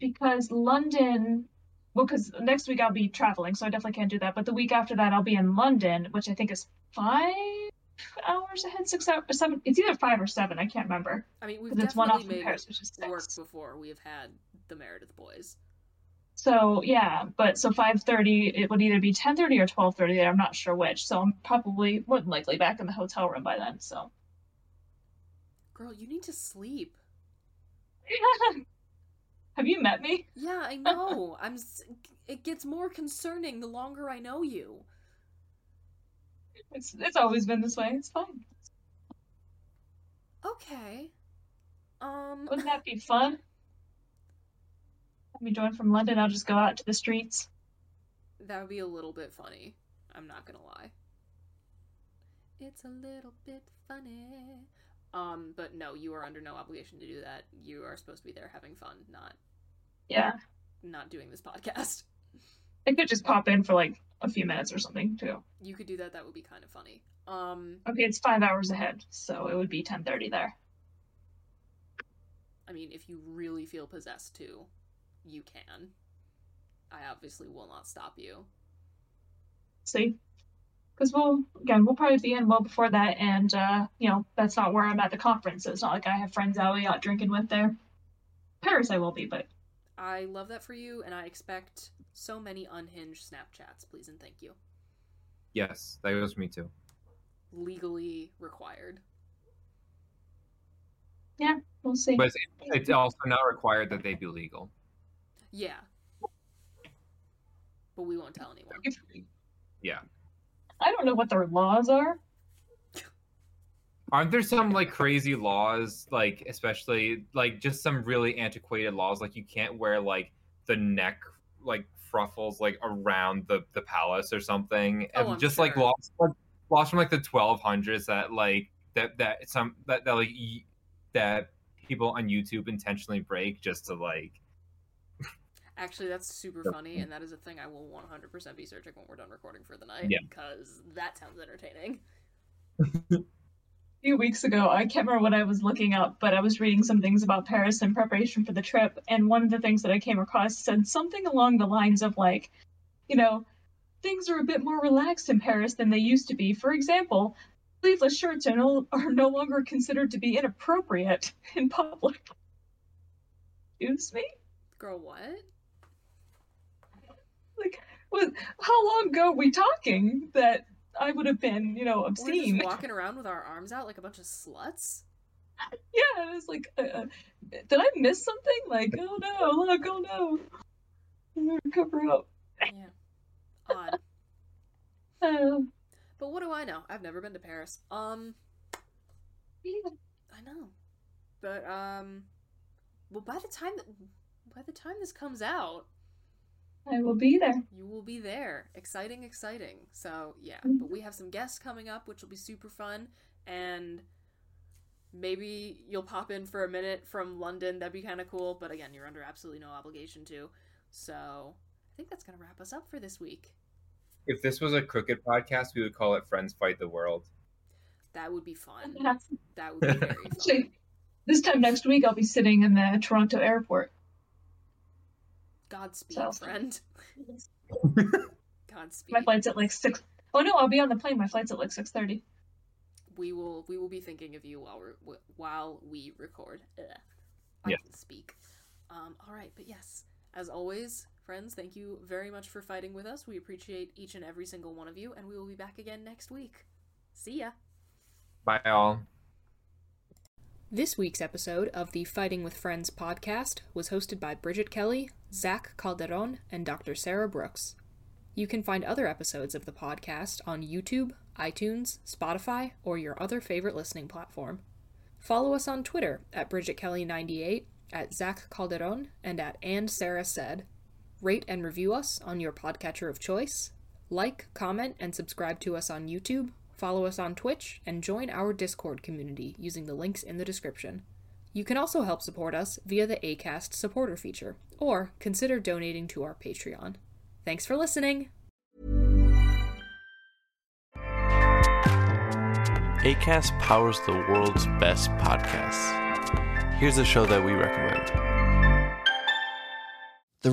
Speaker 3: because London. Well, because next week I'll be traveling, so I definitely can't do that. But the week after that, I'll be in London, which I think is five hours ahead, six hours, seven. It's either five or seven. I can't remember.
Speaker 1: I mean, we've
Speaker 3: Because it's one off
Speaker 1: definitely
Speaker 3: in
Speaker 1: made
Speaker 3: Paris, which is
Speaker 1: it work
Speaker 3: six.
Speaker 1: before. We have had the Meredith boys.
Speaker 3: So yeah, but so five thirty, it would either be ten thirty or twelve thirty. I'm not sure which. So I'm probably more than likely back in the hotel room by then. So
Speaker 1: Girl, you need to sleep.
Speaker 3: have you met me?
Speaker 1: Yeah, I know. I'm. s- It gets more concerning the longer I know you.
Speaker 3: It's it's always been this way. It's fine.
Speaker 1: Okay. Um.
Speaker 3: Wouldn't that be fun? Have me join from London. I'll just go out to the streets.
Speaker 1: That would be a little bit funny. I'm not gonna lie. It's a little bit funny. Um, but no, you are under no obligation to do that. You are supposed to be there having fun, not
Speaker 3: Yeah,
Speaker 1: not doing this podcast.
Speaker 3: I could just pop in for like a few minutes or something too.
Speaker 1: You could do that. That would be kind of funny. Um,
Speaker 3: Okay, it's five hours ahead, so it would be ten thirty there.
Speaker 1: I mean, if you really feel possessed to, you can. I obviously will not stop you.
Speaker 3: see because we'll again we'll probably be in well before that and uh you know that's not where i'm at the conference so it's not like i have friends i'll be out drinking with there paris i will be but
Speaker 1: I love that for you, and I expect so many unhinged Snapchats, please and thank you.
Speaker 2: Yes, that goes for me too.
Speaker 1: Legally required.
Speaker 3: we'll see
Speaker 2: But it's, it's also not required that they be legal.
Speaker 1: Yeah. But we won't tell anyone.
Speaker 2: Yeah.
Speaker 3: i don't know what their laws are
Speaker 2: Aren't there some like crazy laws, like especially like just some really antiquated laws, like you can't wear like the neck like fruffles like around the the palace or something,
Speaker 1: Oh,
Speaker 2: and
Speaker 1: I'm
Speaker 2: just like
Speaker 1: sure.
Speaker 2: laws like, laws from like the twelve hundreds that like that that some that that like y- that people on YouTube intentionally break just to like
Speaker 1: Actually, that's super funny, and that is a thing I will 100% be searching when we're done recording for the night
Speaker 2: Yeah.
Speaker 1: because that sounds entertaining.
Speaker 3: few weeks ago, I can't remember what I was looking up, but I was reading some things about Paris in preparation for the trip, and one of the things that I came across said something along the lines of like, you know, things are a bit more relaxed in Paris than they used to be. For example, sleeveless shirts are no, are no longer considered to be inappropriate in public. Excuse me?
Speaker 1: Girl, what?
Speaker 3: Like, what, how long ago are we talking that I would have been, you know, obscene?
Speaker 1: We're just walking around with our arms out like a bunch of sluts?
Speaker 3: yeah, I was like, uh, uh, did I miss something? Like, oh no, look, oh no. I'm gonna Cover up.
Speaker 1: Odd.
Speaker 3: Uh,
Speaker 1: But what do I know? I've never been to Paris. Um, I know. But, um, well, by the time that. By the time this comes out,
Speaker 3: I will be there.
Speaker 1: you will be there. Exciting, exciting. So, yeah.
Speaker 3: Mm-hmm.
Speaker 1: But we have some guests coming up, which will be super fun. And maybe you'll pop in for a minute from London. That'd be kind of cool. But again, you're under absolutely no obligation to. So, I think that's going to wrap us up for this week.
Speaker 2: if this was a crooked podcast, we would call it Friends Fight the World.
Speaker 1: That would be fun. That would be very fun.
Speaker 3: Actually, this time next week, I'll be sitting in the Toronto airport.
Speaker 1: Godspeed,
Speaker 3: So-
Speaker 1: friend. Godspeed.
Speaker 3: My flight's at like six oh no, I'll be on the plane. My flight's at like six thirty.
Speaker 1: We will we will be thinking of you while we while we record. Ugh. I
Speaker 2: Yeah.
Speaker 1: can speak. Um, all right, but yes, as always, friends, thank you very much for fighting with us. We appreciate each and every single one of you, and we will be back again next week. See ya.
Speaker 2: Bye all.
Speaker 1: This week's episode of the Fighting with Friends podcast was hosted by Bridget Kelly, Zach Calderon, and Dr. Sarah Brooks. You can find other episodes of the podcast on YouTube, iTunes, Spotify, or your other favorite listening platform. Follow us on Twitter at Bridget Kelly98, at Zach Calderon, and at And Sarah Said. Rate and review us on your podcatcher of choice. Like, comment, and subscribe to us on YouTube. Follow us on Twitch and join our Discord community using the links in the description. You can also help support us via the ACAST supporter feature or consider donating to our Patreon. Thanks for listening!
Speaker 4: ACAST powers the world's best podcasts. Here's a show that we recommend.
Speaker 5: The